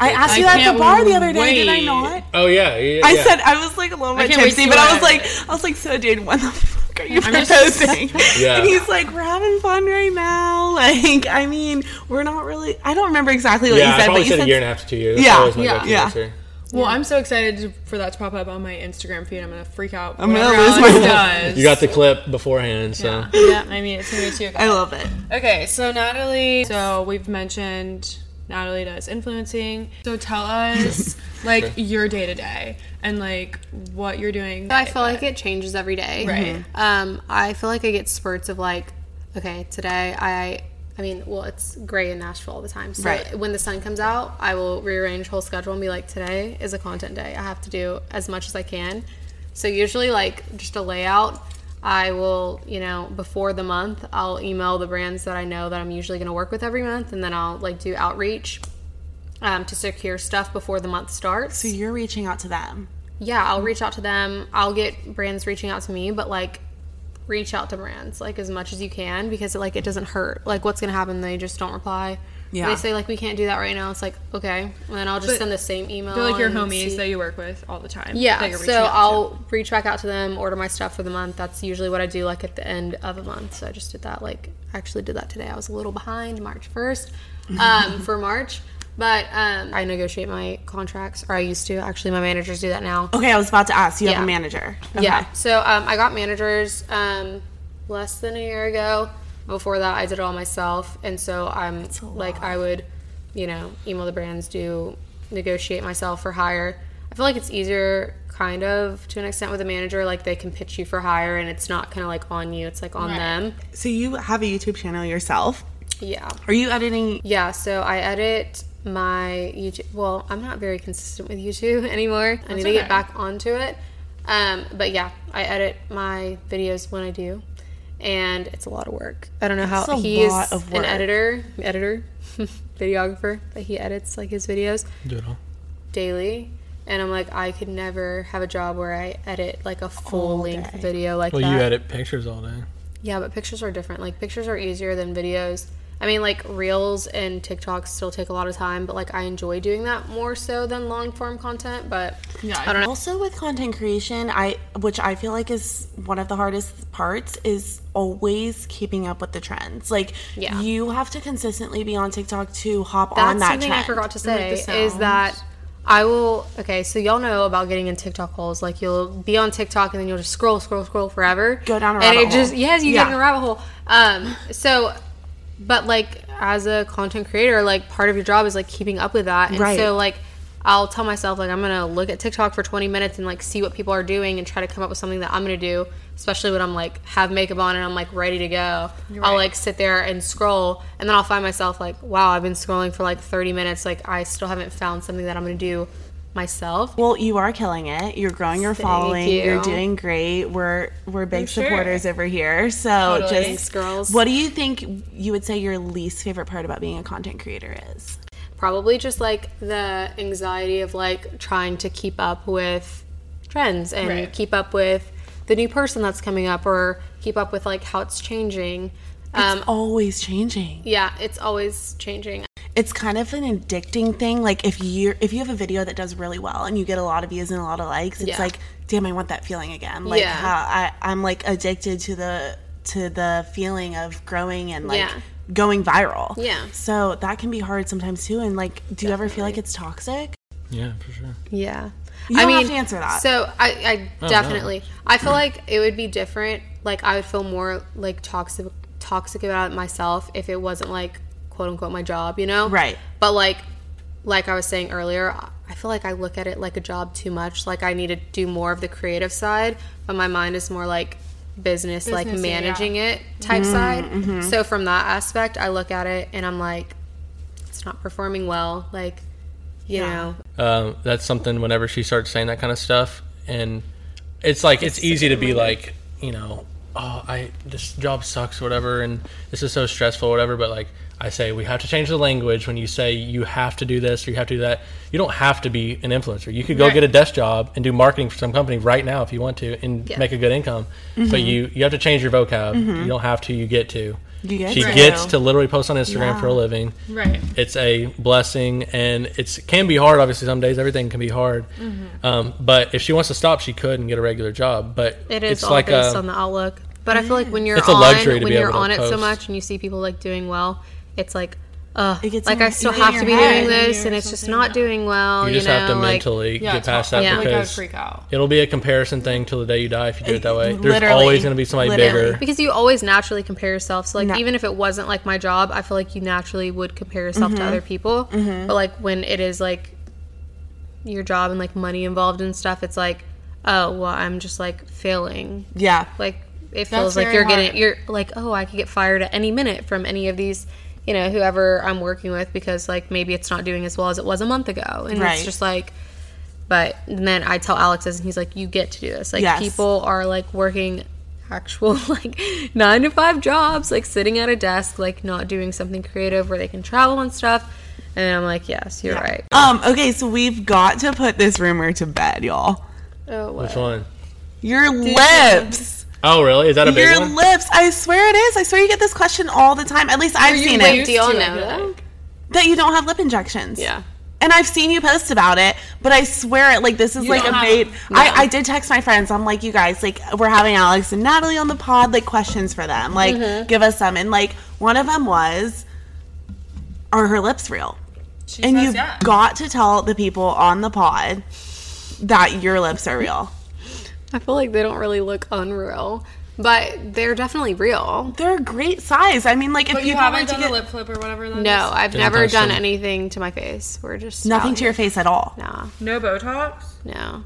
[SPEAKER 1] I asked
[SPEAKER 2] I
[SPEAKER 1] you that at
[SPEAKER 2] can't
[SPEAKER 1] the bar the other day, did I
[SPEAKER 2] wait.
[SPEAKER 1] not?
[SPEAKER 3] oh yeah, yeah
[SPEAKER 1] I
[SPEAKER 3] yeah.
[SPEAKER 1] said I was like a little bit
[SPEAKER 2] can't wait to
[SPEAKER 1] tipsy,
[SPEAKER 2] see
[SPEAKER 1] but
[SPEAKER 2] what
[SPEAKER 1] I was
[SPEAKER 2] I-
[SPEAKER 1] like, I was like, so dude, when the fuck are you
[SPEAKER 2] just-
[SPEAKER 1] proposing?
[SPEAKER 3] Yeah.
[SPEAKER 1] And he's like, we're having fun right now. Like, I mean, we're not really. I don't remember exactly what
[SPEAKER 3] yeah
[SPEAKER 1] you
[SPEAKER 3] i
[SPEAKER 1] said,
[SPEAKER 3] probably
[SPEAKER 1] but you
[SPEAKER 3] said a
[SPEAKER 1] said
[SPEAKER 3] year and a half to two years
[SPEAKER 1] Yeah,
[SPEAKER 3] That's always my
[SPEAKER 2] yeah,
[SPEAKER 3] go-to
[SPEAKER 1] yeah.
[SPEAKER 3] answer.
[SPEAKER 2] Well, I'm so excited to- for that to pop up on my Instagram feed. I'm gonna freak out.
[SPEAKER 1] I'm gonna
[SPEAKER 2] whenever
[SPEAKER 1] lose
[SPEAKER 2] Alex
[SPEAKER 1] my-
[SPEAKER 2] does.
[SPEAKER 3] you got the clip beforehand so
[SPEAKER 2] Yeah. yeah, I mean, it's gonna be too.
[SPEAKER 1] I love it.
[SPEAKER 2] Okay, so Natalie. So we've mentioned Natalie does influencing. So tell us like your day to day and like what you're doing.
[SPEAKER 5] I feel like it changes every day.
[SPEAKER 2] Right.
[SPEAKER 5] Um, I feel like I get spurts of like, okay, today I, I mean, well, it's gray in Nashville all the time. So
[SPEAKER 1] Right.
[SPEAKER 5] when the sun comes out, I will rearrange whole schedule and be like, today is a content day. I have to do as much as I can. So usually, like just a layout. I will, you know, before the month, I'll email the brands that I know that I'm usually going to work with every month, and then I'll like do outreach um, to secure stuff before the month starts
[SPEAKER 1] So you're reaching out to them.
[SPEAKER 5] yeah, I'll reach out to them. I'll get brands reaching out to me, but like reach out to brands like as much as you can because like it doesn't hurt. Like what's gonna happen? They just don't reply.
[SPEAKER 1] Yeah.
[SPEAKER 5] They say like we can't do that right now. It's like okay, and then I'll just send the same email.
[SPEAKER 2] They're like your
[SPEAKER 5] and
[SPEAKER 2] homies
[SPEAKER 5] see-
[SPEAKER 2] that you work with all the time. that
[SPEAKER 5] yeah.
[SPEAKER 2] you're
[SPEAKER 5] So
[SPEAKER 2] reaching out to.
[SPEAKER 5] I'll reach back out to them, order my stuff for the month. That's usually what I do like at the end of a month. So I just did that. Like I actually did that today. I was a little behind March first um, for March. But um, I negotiate my contracts, or I used to. Actually, my managers do that now.
[SPEAKER 1] Okay, I was about to ask. You have
[SPEAKER 5] Yeah.
[SPEAKER 1] a manager. Okay.
[SPEAKER 5] Yeah. So um, I got managers um, less than a year ago. Before that, I did it all myself, and so I'm like I would, you know, email the brands, do negotiate myself for hire. I feel like it's easier, kind of, to an extent, with a manager. Like they can pitch you for hire, and it's not kind of like on you; it's like on them.
[SPEAKER 1] So you have a YouTube channel yourself.
[SPEAKER 5] Yeah.
[SPEAKER 1] Are you editing?
[SPEAKER 5] Yeah, so I edit my YouTube. Well, I'm not very consistent with YouTube anymore. I need to
[SPEAKER 2] okay.
[SPEAKER 5] get back onto it. Um, but yeah, I edit my videos when I do, and it's a lot of work. I don't know how
[SPEAKER 1] It's a
[SPEAKER 5] he's
[SPEAKER 1] lot of
[SPEAKER 5] an
[SPEAKER 1] work.
[SPEAKER 5] editor, editor, videographer, but he edits like his videos
[SPEAKER 3] do it all
[SPEAKER 5] daily. And I'm like, I could never have a job where I edit like a full length video like
[SPEAKER 3] well
[SPEAKER 5] that.
[SPEAKER 3] you edit pictures all day
[SPEAKER 5] Yeah, but pictures are different. Like pictures are easier than videos. I mean, like reels and TikToks still take a lot of time, but like I enjoy doing that more so than long form content. But yeah, I don't know.
[SPEAKER 1] Also with content creation, I which I feel like is one of the hardest parts is always keeping up with the trends. Like
[SPEAKER 5] Yeah.
[SPEAKER 1] you have to consistently be on TikTok to hop
[SPEAKER 5] That's
[SPEAKER 1] on that
[SPEAKER 5] something
[SPEAKER 1] trend.
[SPEAKER 5] I forgot to
[SPEAKER 2] the
[SPEAKER 5] say is that I will. Okay, so y'all know about getting in TikTok holes. Like you'll be on TikTok and then you'll just scroll, scroll, scroll forever.
[SPEAKER 1] Go down a
[SPEAKER 5] and
[SPEAKER 1] rabbit
[SPEAKER 5] it just
[SPEAKER 1] hole.
[SPEAKER 5] yes, you
[SPEAKER 1] Yeah.
[SPEAKER 5] get in a rabbit hole. Um, so, but like as a content creator, like part of your job is like keeping up with that, and
[SPEAKER 1] Right.
[SPEAKER 5] so like. I'll tell myself like I'm gonna look at TikTok for 20 minutes and like see what people are doing and try to come up with something that I'm gonna do, especially when I'm like have makeup on and I'm like ready to go. I'll like sit there and scroll and then I'll find myself like, wow, I've been scrolling for like 30 minutes. Like I still haven't found something that I'm gonna do myself.
[SPEAKER 1] Well, you are killing it. You're growing your following.
[SPEAKER 5] you.
[SPEAKER 1] You. are doing great. We're we're big
[SPEAKER 2] sure.
[SPEAKER 1] supporters over here. So just
[SPEAKER 5] Thanks, girls.
[SPEAKER 1] What do you think you would say your least favorite part about being a content creator is?
[SPEAKER 5] Probably just like the anxiety of like trying to keep up with trends and
[SPEAKER 2] Right.
[SPEAKER 5] keep up with the new person that's coming up or keep up with like how it's changing. Um,
[SPEAKER 1] Always changing.
[SPEAKER 5] yeah, it's always changing.
[SPEAKER 1] It's kind of an addicting thing. Like if you if you have a video that does really well and you get a lot of views and a lot of likes, it's
[SPEAKER 5] Yeah.
[SPEAKER 1] like, damn, I want that feeling again. Like
[SPEAKER 5] Yeah.
[SPEAKER 1] how I, I'm like addicted to the to the feeling of growing and like
[SPEAKER 5] Yeah.
[SPEAKER 1] going viral.
[SPEAKER 5] Yeah.
[SPEAKER 1] So that can be hard sometimes too. And like, do you ever feel like it's toxic?
[SPEAKER 3] Yeah, for sure.
[SPEAKER 5] Yeah.
[SPEAKER 1] You don't have to answer that.
[SPEAKER 5] So I, I definitely, I feel like it would be different. Like I would feel more like toxic, toxic about it myself if it wasn't like quote unquote my job, you know?
[SPEAKER 1] Right.
[SPEAKER 5] But like, like I was saying earlier, I- I feel like I look at it like a job too much. Like I need to do more of the creative side, but my mind is more like business, like
[SPEAKER 2] Businessy, yeah.
[SPEAKER 5] managing it
[SPEAKER 1] Mm-hmm,
[SPEAKER 5] type side. So from that aspect, I look at it and I'm like, it's not performing well. Like, you know,
[SPEAKER 3] um, that's something whenever she starts saying that kind of stuff and it's like it's easy to be like you know oh i this job sucks or whatever and this is so stressful or whatever but like i say we have to change the language when you say you have to do this or you have to do that you don't have to be an influencer you could go get a desk job and do marketing for some company right now if you want to and
[SPEAKER 5] Yeah.
[SPEAKER 3] make a good income
[SPEAKER 1] Mm-hmm.
[SPEAKER 3] but you you have to change your vocab you don't have to you get to
[SPEAKER 1] You get
[SPEAKER 3] she
[SPEAKER 1] to.
[SPEAKER 3] gets to literally post on instagram for a
[SPEAKER 1] Yeah.
[SPEAKER 3] living
[SPEAKER 2] Right.
[SPEAKER 3] it's a blessing and it's can be hard obviously some days everything can be hard um, but if she wants to stop she could and get a regular job but
[SPEAKER 5] It is
[SPEAKER 3] it's
[SPEAKER 5] all
[SPEAKER 3] like
[SPEAKER 5] based
[SPEAKER 3] a,
[SPEAKER 5] on the outlook. But I feel like when you're
[SPEAKER 3] It's a
[SPEAKER 5] on,
[SPEAKER 3] luxury to
[SPEAKER 5] when
[SPEAKER 3] be
[SPEAKER 5] you're
[SPEAKER 3] able to
[SPEAKER 5] on it so
[SPEAKER 3] post.
[SPEAKER 5] much and you see people like doing well, it's like, uh,
[SPEAKER 1] It gets
[SPEAKER 5] like
[SPEAKER 1] in-
[SPEAKER 5] I still
[SPEAKER 1] it gets in
[SPEAKER 5] have to be
[SPEAKER 1] your head.
[SPEAKER 5] doing this,
[SPEAKER 2] Yeah,
[SPEAKER 5] and it's just
[SPEAKER 2] something,
[SPEAKER 5] not
[SPEAKER 2] yeah.
[SPEAKER 5] doing well.
[SPEAKER 3] you
[SPEAKER 5] You,
[SPEAKER 3] just
[SPEAKER 5] know,
[SPEAKER 3] have to
[SPEAKER 5] like,
[SPEAKER 3] mentally
[SPEAKER 2] Yeah,
[SPEAKER 3] get
[SPEAKER 2] it's
[SPEAKER 3] past
[SPEAKER 2] hard.
[SPEAKER 3] that
[SPEAKER 5] Yeah.
[SPEAKER 2] Like
[SPEAKER 5] Like,
[SPEAKER 2] I would
[SPEAKER 3] because
[SPEAKER 2] freak out.
[SPEAKER 3] it'll be a comparison thing till the day you die if you do it that way there's
[SPEAKER 1] Literally.
[SPEAKER 3] always going to be somebody
[SPEAKER 1] Literally.
[SPEAKER 3] bigger
[SPEAKER 5] because you always naturally compare yourself. So like,
[SPEAKER 1] No.
[SPEAKER 5] even if it wasn't like my job, I feel like you naturally would compare yourself
[SPEAKER 1] Mm-hmm.
[SPEAKER 5] to other people. But like when it is like your job and like money involved and stuff, it's like, oh well, I'm just like failing.
[SPEAKER 1] Yeah.
[SPEAKER 5] like it feels like
[SPEAKER 2] very
[SPEAKER 5] you're
[SPEAKER 2] hard.
[SPEAKER 5] getting you're like oh i could get fired at any minute from any of these you know whoever i'm working with because like maybe it's not doing as well as it was a month ago and
[SPEAKER 1] Right.
[SPEAKER 5] it's just like but and then i tell alex this and he's like you get to do this like
[SPEAKER 1] Yes.
[SPEAKER 5] people are like working actual like nine to five jobs like sitting at a desk like not doing something creative where they can travel and stuff and i'm like yes you're right
[SPEAKER 1] Um, okay, so we've got to put this rumor to bed, y'all.
[SPEAKER 5] oh
[SPEAKER 3] which
[SPEAKER 5] what?
[SPEAKER 3] one?
[SPEAKER 1] Your lips.
[SPEAKER 3] Oh, really is that a big
[SPEAKER 1] Your
[SPEAKER 3] one
[SPEAKER 1] lips. I swear it is. I swear you get this question all the time. At least I've seen it.
[SPEAKER 5] do y'all
[SPEAKER 2] to it,
[SPEAKER 5] know
[SPEAKER 2] I feel
[SPEAKER 5] that
[SPEAKER 1] That you don't have lip injections.
[SPEAKER 5] yeah
[SPEAKER 1] And I've seen you post about it, but I swear it like this is like a
[SPEAKER 2] don't have-
[SPEAKER 1] made I, I did text my friends. I'm like, you guys, like we're having Alex and Natalie on the pod, like questions for them. Like
[SPEAKER 2] Mm-hmm.
[SPEAKER 1] give us some. And like one of them was Are her lips real?
[SPEAKER 2] She
[SPEAKER 1] and
[SPEAKER 2] says
[SPEAKER 1] you've
[SPEAKER 2] yeah.
[SPEAKER 1] got to tell the people on the pod that your lips are real.
[SPEAKER 5] I feel like they don't really look unreal, but they're definitely real.
[SPEAKER 1] They're a great size. I mean, like if
[SPEAKER 2] But you
[SPEAKER 1] people were
[SPEAKER 2] haven't
[SPEAKER 1] to
[SPEAKER 2] done
[SPEAKER 1] get
[SPEAKER 2] a lip flip or whatever. That
[SPEAKER 5] No,
[SPEAKER 2] is?
[SPEAKER 5] I've
[SPEAKER 3] Didn't
[SPEAKER 5] never
[SPEAKER 3] touch
[SPEAKER 5] done
[SPEAKER 3] them.
[SPEAKER 5] anything to my face. We're just
[SPEAKER 1] nothing
[SPEAKER 5] out
[SPEAKER 1] to your face at all.
[SPEAKER 5] here. Nah,
[SPEAKER 2] no Botox.
[SPEAKER 5] no.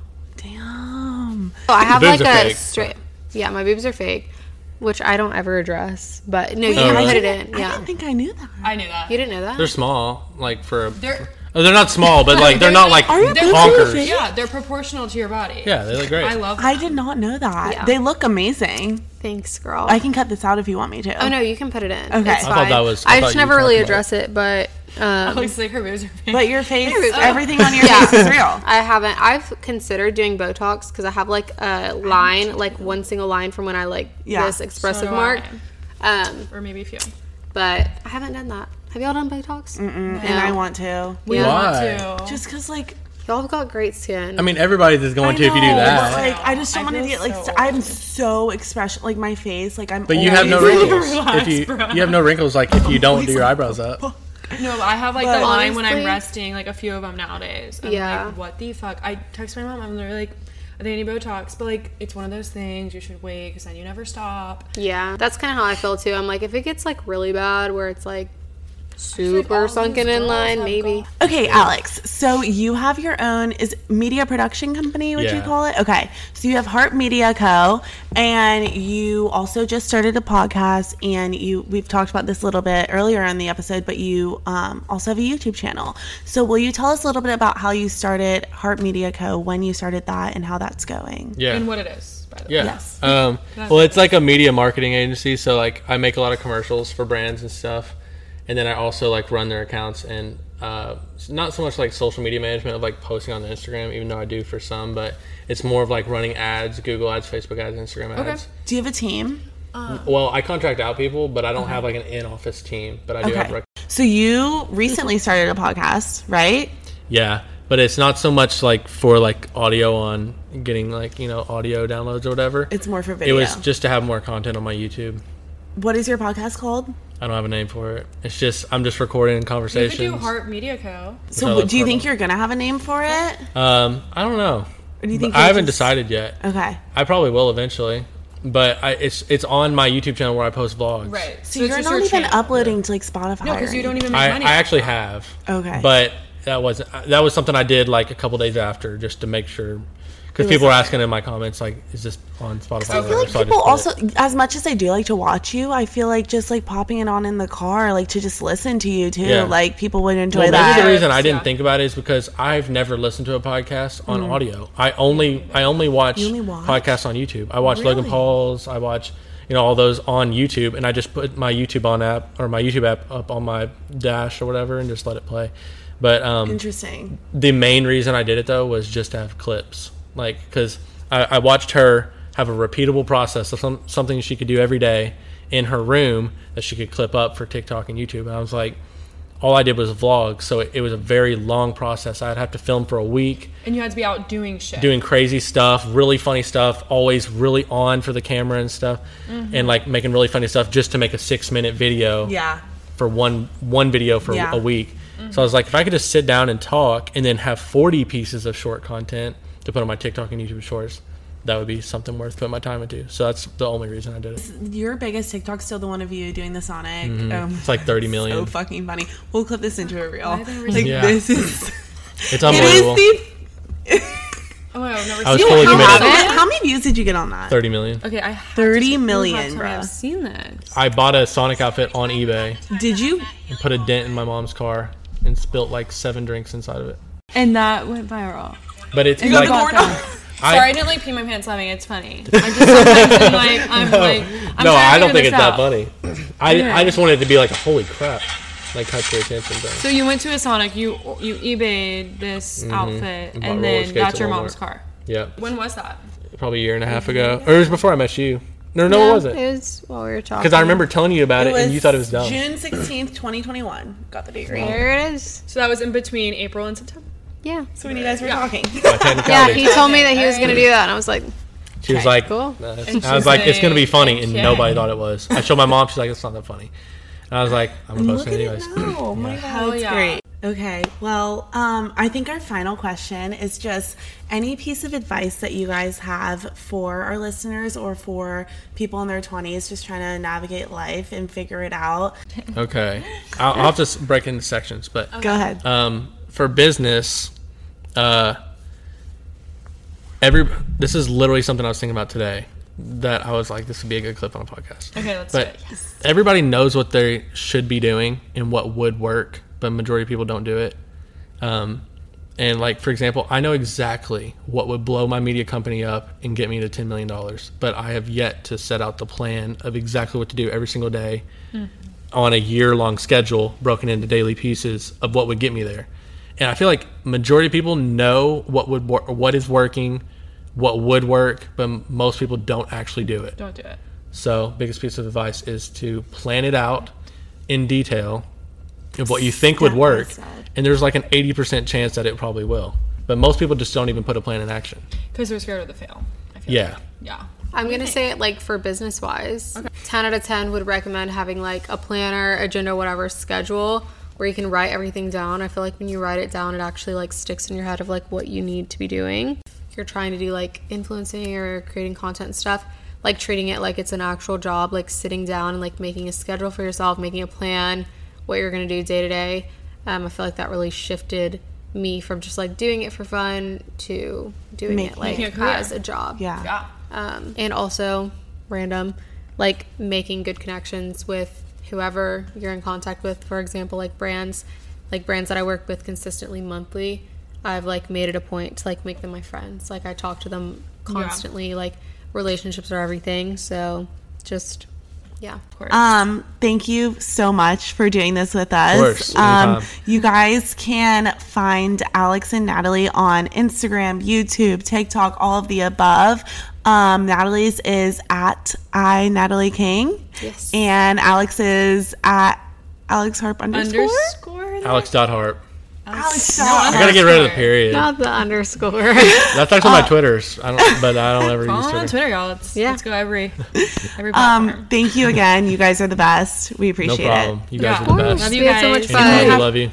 [SPEAKER 1] Damn.
[SPEAKER 5] Oh, I have
[SPEAKER 3] boobs
[SPEAKER 5] like
[SPEAKER 3] are
[SPEAKER 5] a
[SPEAKER 3] fake.
[SPEAKER 5] straight. Yeah, my boobs are fake, which I don't ever address. But no, you
[SPEAKER 3] Oh,
[SPEAKER 5] can
[SPEAKER 3] really?
[SPEAKER 5] put it in.
[SPEAKER 1] I
[SPEAKER 5] Yeah,
[SPEAKER 1] didn't think I knew that.
[SPEAKER 2] I knew that.
[SPEAKER 5] you didn't know that.
[SPEAKER 3] they're small like for a
[SPEAKER 2] They're
[SPEAKER 3] oh, they're not small but like they're not like
[SPEAKER 1] Are your boobs really
[SPEAKER 3] bonkers
[SPEAKER 1] fake?
[SPEAKER 2] yeah, they're proportional to your body.
[SPEAKER 3] yeah they look great
[SPEAKER 2] I love.
[SPEAKER 1] I did not know that.
[SPEAKER 5] Yeah.
[SPEAKER 1] They look amazing.
[SPEAKER 5] Thanks, girl.
[SPEAKER 1] I can cut this out if you want me to.
[SPEAKER 5] oh no, you can put it in.
[SPEAKER 1] Okay.
[SPEAKER 5] it's
[SPEAKER 1] I
[SPEAKER 5] fine.
[SPEAKER 3] thought that was- I
[SPEAKER 5] I,
[SPEAKER 3] thought
[SPEAKER 5] just
[SPEAKER 3] you were
[SPEAKER 5] never really
[SPEAKER 3] talking about
[SPEAKER 5] address it, but Um,
[SPEAKER 2] Looks like her boobs are big.
[SPEAKER 1] But your face, everything on your face is real.
[SPEAKER 5] I haven't. I've considered doing Botox because I have like a line, like one single line from when I like
[SPEAKER 1] Yeah.
[SPEAKER 5] this expressive
[SPEAKER 2] So do
[SPEAKER 5] mark. Um,
[SPEAKER 2] or maybe a few.
[SPEAKER 5] but I haven't done that. Have y'all done Botox?
[SPEAKER 1] Mm, And I want to.
[SPEAKER 2] We
[SPEAKER 5] Yeah.
[SPEAKER 3] Why?
[SPEAKER 2] want to.
[SPEAKER 1] Just because, like,
[SPEAKER 5] Y'all have got great skin.
[SPEAKER 3] I mean, everybody's just going
[SPEAKER 1] I
[SPEAKER 3] to if you do
[SPEAKER 1] know,
[SPEAKER 3] that.
[SPEAKER 1] but, like, I just don't
[SPEAKER 2] I
[SPEAKER 1] want to
[SPEAKER 2] feel
[SPEAKER 1] get like
[SPEAKER 2] so
[SPEAKER 1] st- I'm so expression like my face like I'm.
[SPEAKER 3] But you have no
[SPEAKER 1] always-
[SPEAKER 3] wrinkles.
[SPEAKER 2] Relax,
[SPEAKER 3] if you
[SPEAKER 2] bro.
[SPEAKER 3] you have no wrinkles, like if you don't do your eyebrows up,
[SPEAKER 2] No, I have like
[SPEAKER 1] But
[SPEAKER 2] the line when I'm
[SPEAKER 5] honestly-
[SPEAKER 2] resting, like a few of them nowadays. I'm
[SPEAKER 5] Yeah.
[SPEAKER 2] like, what the fuck? I text my mom. I'm literally like, are they any Botox? But like, it's one of those things. You should wait because then you never stop.
[SPEAKER 5] yeah, that's kind of how I feel too. I'm like, if it gets like really bad, where it's like
[SPEAKER 2] all
[SPEAKER 5] super
[SPEAKER 2] these
[SPEAKER 5] sunken in
[SPEAKER 2] girls
[SPEAKER 5] line,
[SPEAKER 2] have
[SPEAKER 5] maybe.
[SPEAKER 1] Okay, Alex. So you have your own is it media production company, would you
[SPEAKER 3] Yeah.
[SPEAKER 1] call it? Okay. So you have Heart Media Co. and you also just started a podcast and you we've talked about this a little bit earlier in the episode, but you um, also have a YouTube channel. So will you tell us a little bit about how you started Heart Media Co, when you started that and how that's going?
[SPEAKER 3] yeah,
[SPEAKER 2] And what it is, by the
[SPEAKER 3] yeah.
[SPEAKER 1] Yes.
[SPEAKER 3] Um, well, it's like a media marketing agency, so like I make a lot of commercials for brands and stuff, and then I also like run their accounts and uh, s- not so much like social media management of like posting on Instagram, even though I do for some, but it's more of like running ads, Google ads, Facebook ads, Instagram ads.
[SPEAKER 1] Do you have a team?
[SPEAKER 3] Well, I contract out people, but I don't have like an in-office team, but I do have.
[SPEAKER 1] Okay.
[SPEAKER 3] Rec-
[SPEAKER 1] So you recently started a podcast, right?
[SPEAKER 3] Yeah, but it's not so much like for like audio on getting like you know audio downloads or whatever.
[SPEAKER 1] It's more for
[SPEAKER 3] it
[SPEAKER 1] video.
[SPEAKER 3] was just to have more content on my YouTube.
[SPEAKER 1] what is your podcast called?
[SPEAKER 3] I don't have a name for it. It's just I'm just recording
[SPEAKER 2] You
[SPEAKER 3] conversations.
[SPEAKER 2] could do Heart Media Co.
[SPEAKER 1] So
[SPEAKER 3] Hello,
[SPEAKER 1] w- do you think
[SPEAKER 3] Purple.
[SPEAKER 1] you're gonna have a name for it?
[SPEAKER 3] um, I don't know.
[SPEAKER 1] Or do you think
[SPEAKER 3] I
[SPEAKER 1] you'll
[SPEAKER 3] haven't
[SPEAKER 1] just-
[SPEAKER 3] decided yet.
[SPEAKER 1] Okay.
[SPEAKER 3] I probably will eventually, but I, it's it's on my YouTube channel where I post vlogs.
[SPEAKER 2] Right.
[SPEAKER 1] So, you're not even uploading to like Spotify.
[SPEAKER 2] No, because you don't even make
[SPEAKER 3] I, I
[SPEAKER 2] money.
[SPEAKER 3] actually have.
[SPEAKER 1] Okay.
[SPEAKER 3] But that wasn't that was something I did like a couple days after just to make sure because people were asking in my comments like, is this on Spotify?
[SPEAKER 1] I
[SPEAKER 3] or
[SPEAKER 1] feel
[SPEAKER 3] whatever,
[SPEAKER 1] like
[SPEAKER 3] so I just
[SPEAKER 1] people
[SPEAKER 3] put it.
[SPEAKER 1] also, as much as I do like to watch you, I feel like just like popping it on in the car, like to just listen to you too.
[SPEAKER 3] Yeah.
[SPEAKER 1] Like people would enjoy
[SPEAKER 3] Well,
[SPEAKER 1] that.
[SPEAKER 3] maybe the reason I didn't
[SPEAKER 2] Yeah.
[SPEAKER 3] think about it is because I've never listened to a podcast on audio. I only I only watch,
[SPEAKER 1] Mm. only watch?
[SPEAKER 3] podcasts on YouTube. I watch Logan Paul's. I watch you know all those on YouTube, and I just put my YouTube on app or my YouTube app up on my dash or whatever, and just let it play. But um,
[SPEAKER 1] Interesting.
[SPEAKER 3] the main reason I did it though was just to have clips, like because I, I watched her have a repeatable process of some, something she could do every day in her room that she could clip up for TikTok and YouTube, and I was like, all I did was vlog, so it, it was a very long process. I'd have to film for a week,
[SPEAKER 2] and you had to be out doing shit.
[SPEAKER 3] doing crazy stuff, really funny stuff, always really on for the camera and stuff, and like making really funny stuff just to make a six minute video
[SPEAKER 1] Yeah.
[SPEAKER 3] for one one video for
[SPEAKER 1] Yeah.
[SPEAKER 3] a week. So I was like, if I could just sit down and talk, and then have forty pieces of short content to put on my TikTok and YouTube Shorts, that would be something worth putting my time into. So that's the only reason I did it.
[SPEAKER 1] Your biggest TikTok's still the one of you doing the Sonic. Um,
[SPEAKER 3] Mm-hmm. It's like thirty
[SPEAKER 1] so
[SPEAKER 3] million.
[SPEAKER 1] fucking funny. We'll clip this into a reel.
[SPEAKER 2] never
[SPEAKER 1] Like
[SPEAKER 3] Yeah.
[SPEAKER 1] this is.
[SPEAKER 3] it's
[SPEAKER 1] It is
[SPEAKER 3] unbelievable.
[SPEAKER 1] the.
[SPEAKER 2] Oh my god, I've never
[SPEAKER 3] I was
[SPEAKER 2] seen
[SPEAKER 3] fully
[SPEAKER 2] it.
[SPEAKER 1] How,
[SPEAKER 3] committed.
[SPEAKER 1] how many views did you get on that?
[SPEAKER 3] Thirty million.
[SPEAKER 2] Okay, I have to-
[SPEAKER 1] 30
[SPEAKER 2] you have
[SPEAKER 1] million,
[SPEAKER 2] to tell me
[SPEAKER 1] bruh.
[SPEAKER 2] I've seen this.
[SPEAKER 3] I bought a Sonic outfit on eBay.
[SPEAKER 1] Did you?
[SPEAKER 3] and put a dent in my mom's car and spilt like seven drinks inside of it.
[SPEAKER 2] And that went viral.
[SPEAKER 3] But it's
[SPEAKER 1] Go to
[SPEAKER 3] like
[SPEAKER 1] the
[SPEAKER 3] I,
[SPEAKER 1] porno.
[SPEAKER 2] Sorry, I didn't like pee my pants laughing. It's funny. I just sometimes I'm like I'm like I'm
[SPEAKER 3] no,
[SPEAKER 2] trying to
[SPEAKER 3] I don't
[SPEAKER 2] figure this
[SPEAKER 3] think it's that
[SPEAKER 2] out.
[SPEAKER 3] funny. I, I just wanted it to be like holy crap, like catch your attention thing.
[SPEAKER 2] So you went to a Sonic, you you eBayed this outfit, and
[SPEAKER 3] And Mm-hmm. bought roller
[SPEAKER 2] then
[SPEAKER 3] skates
[SPEAKER 2] got
[SPEAKER 3] at
[SPEAKER 2] your
[SPEAKER 3] Walmart.
[SPEAKER 2] mom's car.
[SPEAKER 3] Yeah,
[SPEAKER 2] When was that?
[SPEAKER 3] probably a year and a half ago, or it was before I met you. No, no, it wasn't.
[SPEAKER 5] It was while we were talking.
[SPEAKER 3] Because I remember telling you about it, and you thought it was dumb.
[SPEAKER 1] June sixteenth, twenty twenty one. Got the date right.
[SPEAKER 5] There it is.
[SPEAKER 2] So that was in between April and September.
[SPEAKER 5] Yeah.
[SPEAKER 1] So when you guys were talking,
[SPEAKER 3] By
[SPEAKER 5] Yeah,
[SPEAKER 3] technicality.
[SPEAKER 5] he told me that he was gonna do that, and I was like,
[SPEAKER 3] she was like,
[SPEAKER 5] cool.
[SPEAKER 3] "Nah, it's-"
[SPEAKER 2] And
[SPEAKER 3] I was
[SPEAKER 2] she's
[SPEAKER 3] like, it's gonna be
[SPEAKER 2] like,
[SPEAKER 3] funny, and
[SPEAKER 2] okay.
[SPEAKER 3] nobody thought it was. I showed my mom, she's like, it's not that funny. And I was like, I'm gonna post it anyways.
[SPEAKER 1] Oh my god,
[SPEAKER 2] Hell
[SPEAKER 1] it's
[SPEAKER 2] yeah.
[SPEAKER 1] great. Okay, well, um, I think our final question is just any piece of advice that you guys have for our listeners or for people in their twenties just trying to navigate life and figure it out.
[SPEAKER 3] Okay, I'll, I'll have to s- break into sections, but
[SPEAKER 1] Go ahead.
[SPEAKER 3] um, for business, uh, every this is literally something I was thinking about today that I was like, this would be a good clip on a podcast.
[SPEAKER 2] Okay, let's do
[SPEAKER 3] but
[SPEAKER 2] it.
[SPEAKER 3] everybody knows what they should be doing and what would work, but majority of people don't do it. Um, and like for example, I know exactly what would blow my media company up and get me to ten million dollars, but I have yet to set out the plan of exactly what to do every single day on a year long schedule broken into daily pieces of what would get me there. And I feel like majority of people know what would wor- what is working, what would work, but m- most people don't actually do it.
[SPEAKER 2] Don't do it.
[SPEAKER 3] So, biggest piece of advice is to plan it out in detail of what you think would work. And there's like an 80% chance that it probably will. But most people just don't even put a plan in action.
[SPEAKER 2] Because they're scared of the fail. I feel
[SPEAKER 3] Yeah.
[SPEAKER 2] Like. Yeah.
[SPEAKER 5] I'm gonna say it like for business wise. Ten out of ten would recommend having like a planner, agenda, whatever schedule where you can write everything down. I feel like when you write it down, it actually like sticks in your head of like what you need to be doing. If you're trying to do like influencing or creating content and stuff, like treating it like it's an actual job, like sitting down and like making a schedule for yourself, making a plan, what you're gonna do day to day. Um, I feel like that really shifted me from just like doing it for fun to doing it like
[SPEAKER 2] it a career.
[SPEAKER 5] as a job
[SPEAKER 1] Yeah.
[SPEAKER 2] Yeah.
[SPEAKER 5] um, and also random like making good connections with whoever you're in contact with for example like brands like brands that i work with consistently monthly i've like made it a point to like make them my friends like i talk to them constantly like relationships are everything so just yeah
[SPEAKER 1] Um, thank you so much for doing this with us.
[SPEAKER 3] course,
[SPEAKER 1] um,
[SPEAKER 3] anytime.
[SPEAKER 1] you guys can find Alex and Natalie on Instagram, YouTube, TikTok, all of the above. Um, Natalie's is at I Natalie King.
[SPEAKER 5] Yes.
[SPEAKER 1] And Alex is at Alex Harp underscore.
[SPEAKER 2] Underscore.
[SPEAKER 3] Alex dot harp.
[SPEAKER 1] Alex. dot-
[SPEAKER 3] I gotta get rid of the period.
[SPEAKER 5] not the underscore
[SPEAKER 3] That's actually my Twitter's. I don't, but I don't ever
[SPEAKER 2] Follow
[SPEAKER 3] use
[SPEAKER 2] them on
[SPEAKER 3] Twitter.
[SPEAKER 2] Twitter, y'all. Let's,
[SPEAKER 5] Yeah.
[SPEAKER 2] let's go every every platform.
[SPEAKER 1] Um, thank you again. You guys are the best. We
[SPEAKER 3] No
[SPEAKER 1] appreciate
[SPEAKER 3] problem.
[SPEAKER 1] it.
[SPEAKER 3] You guys
[SPEAKER 2] Yeah.
[SPEAKER 3] are the
[SPEAKER 2] Love
[SPEAKER 3] best.
[SPEAKER 2] you
[SPEAKER 5] we had so much
[SPEAKER 2] guys.
[SPEAKER 3] And you
[SPEAKER 5] fun
[SPEAKER 3] probably love you.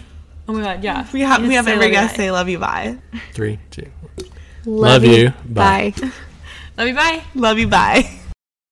[SPEAKER 2] oh my god, yeah.
[SPEAKER 1] We have we have
[SPEAKER 2] Say
[SPEAKER 1] every
[SPEAKER 2] love you
[SPEAKER 1] guest say love you bye.
[SPEAKER 3] Three, two.
[SPEAKER 5] love,
[SPEAKER 3] you. Bye.
[SPEAKER 5] bye.
[SPEAKER 2] Love you. Bye.
[SPEAKER 1] Love you bye.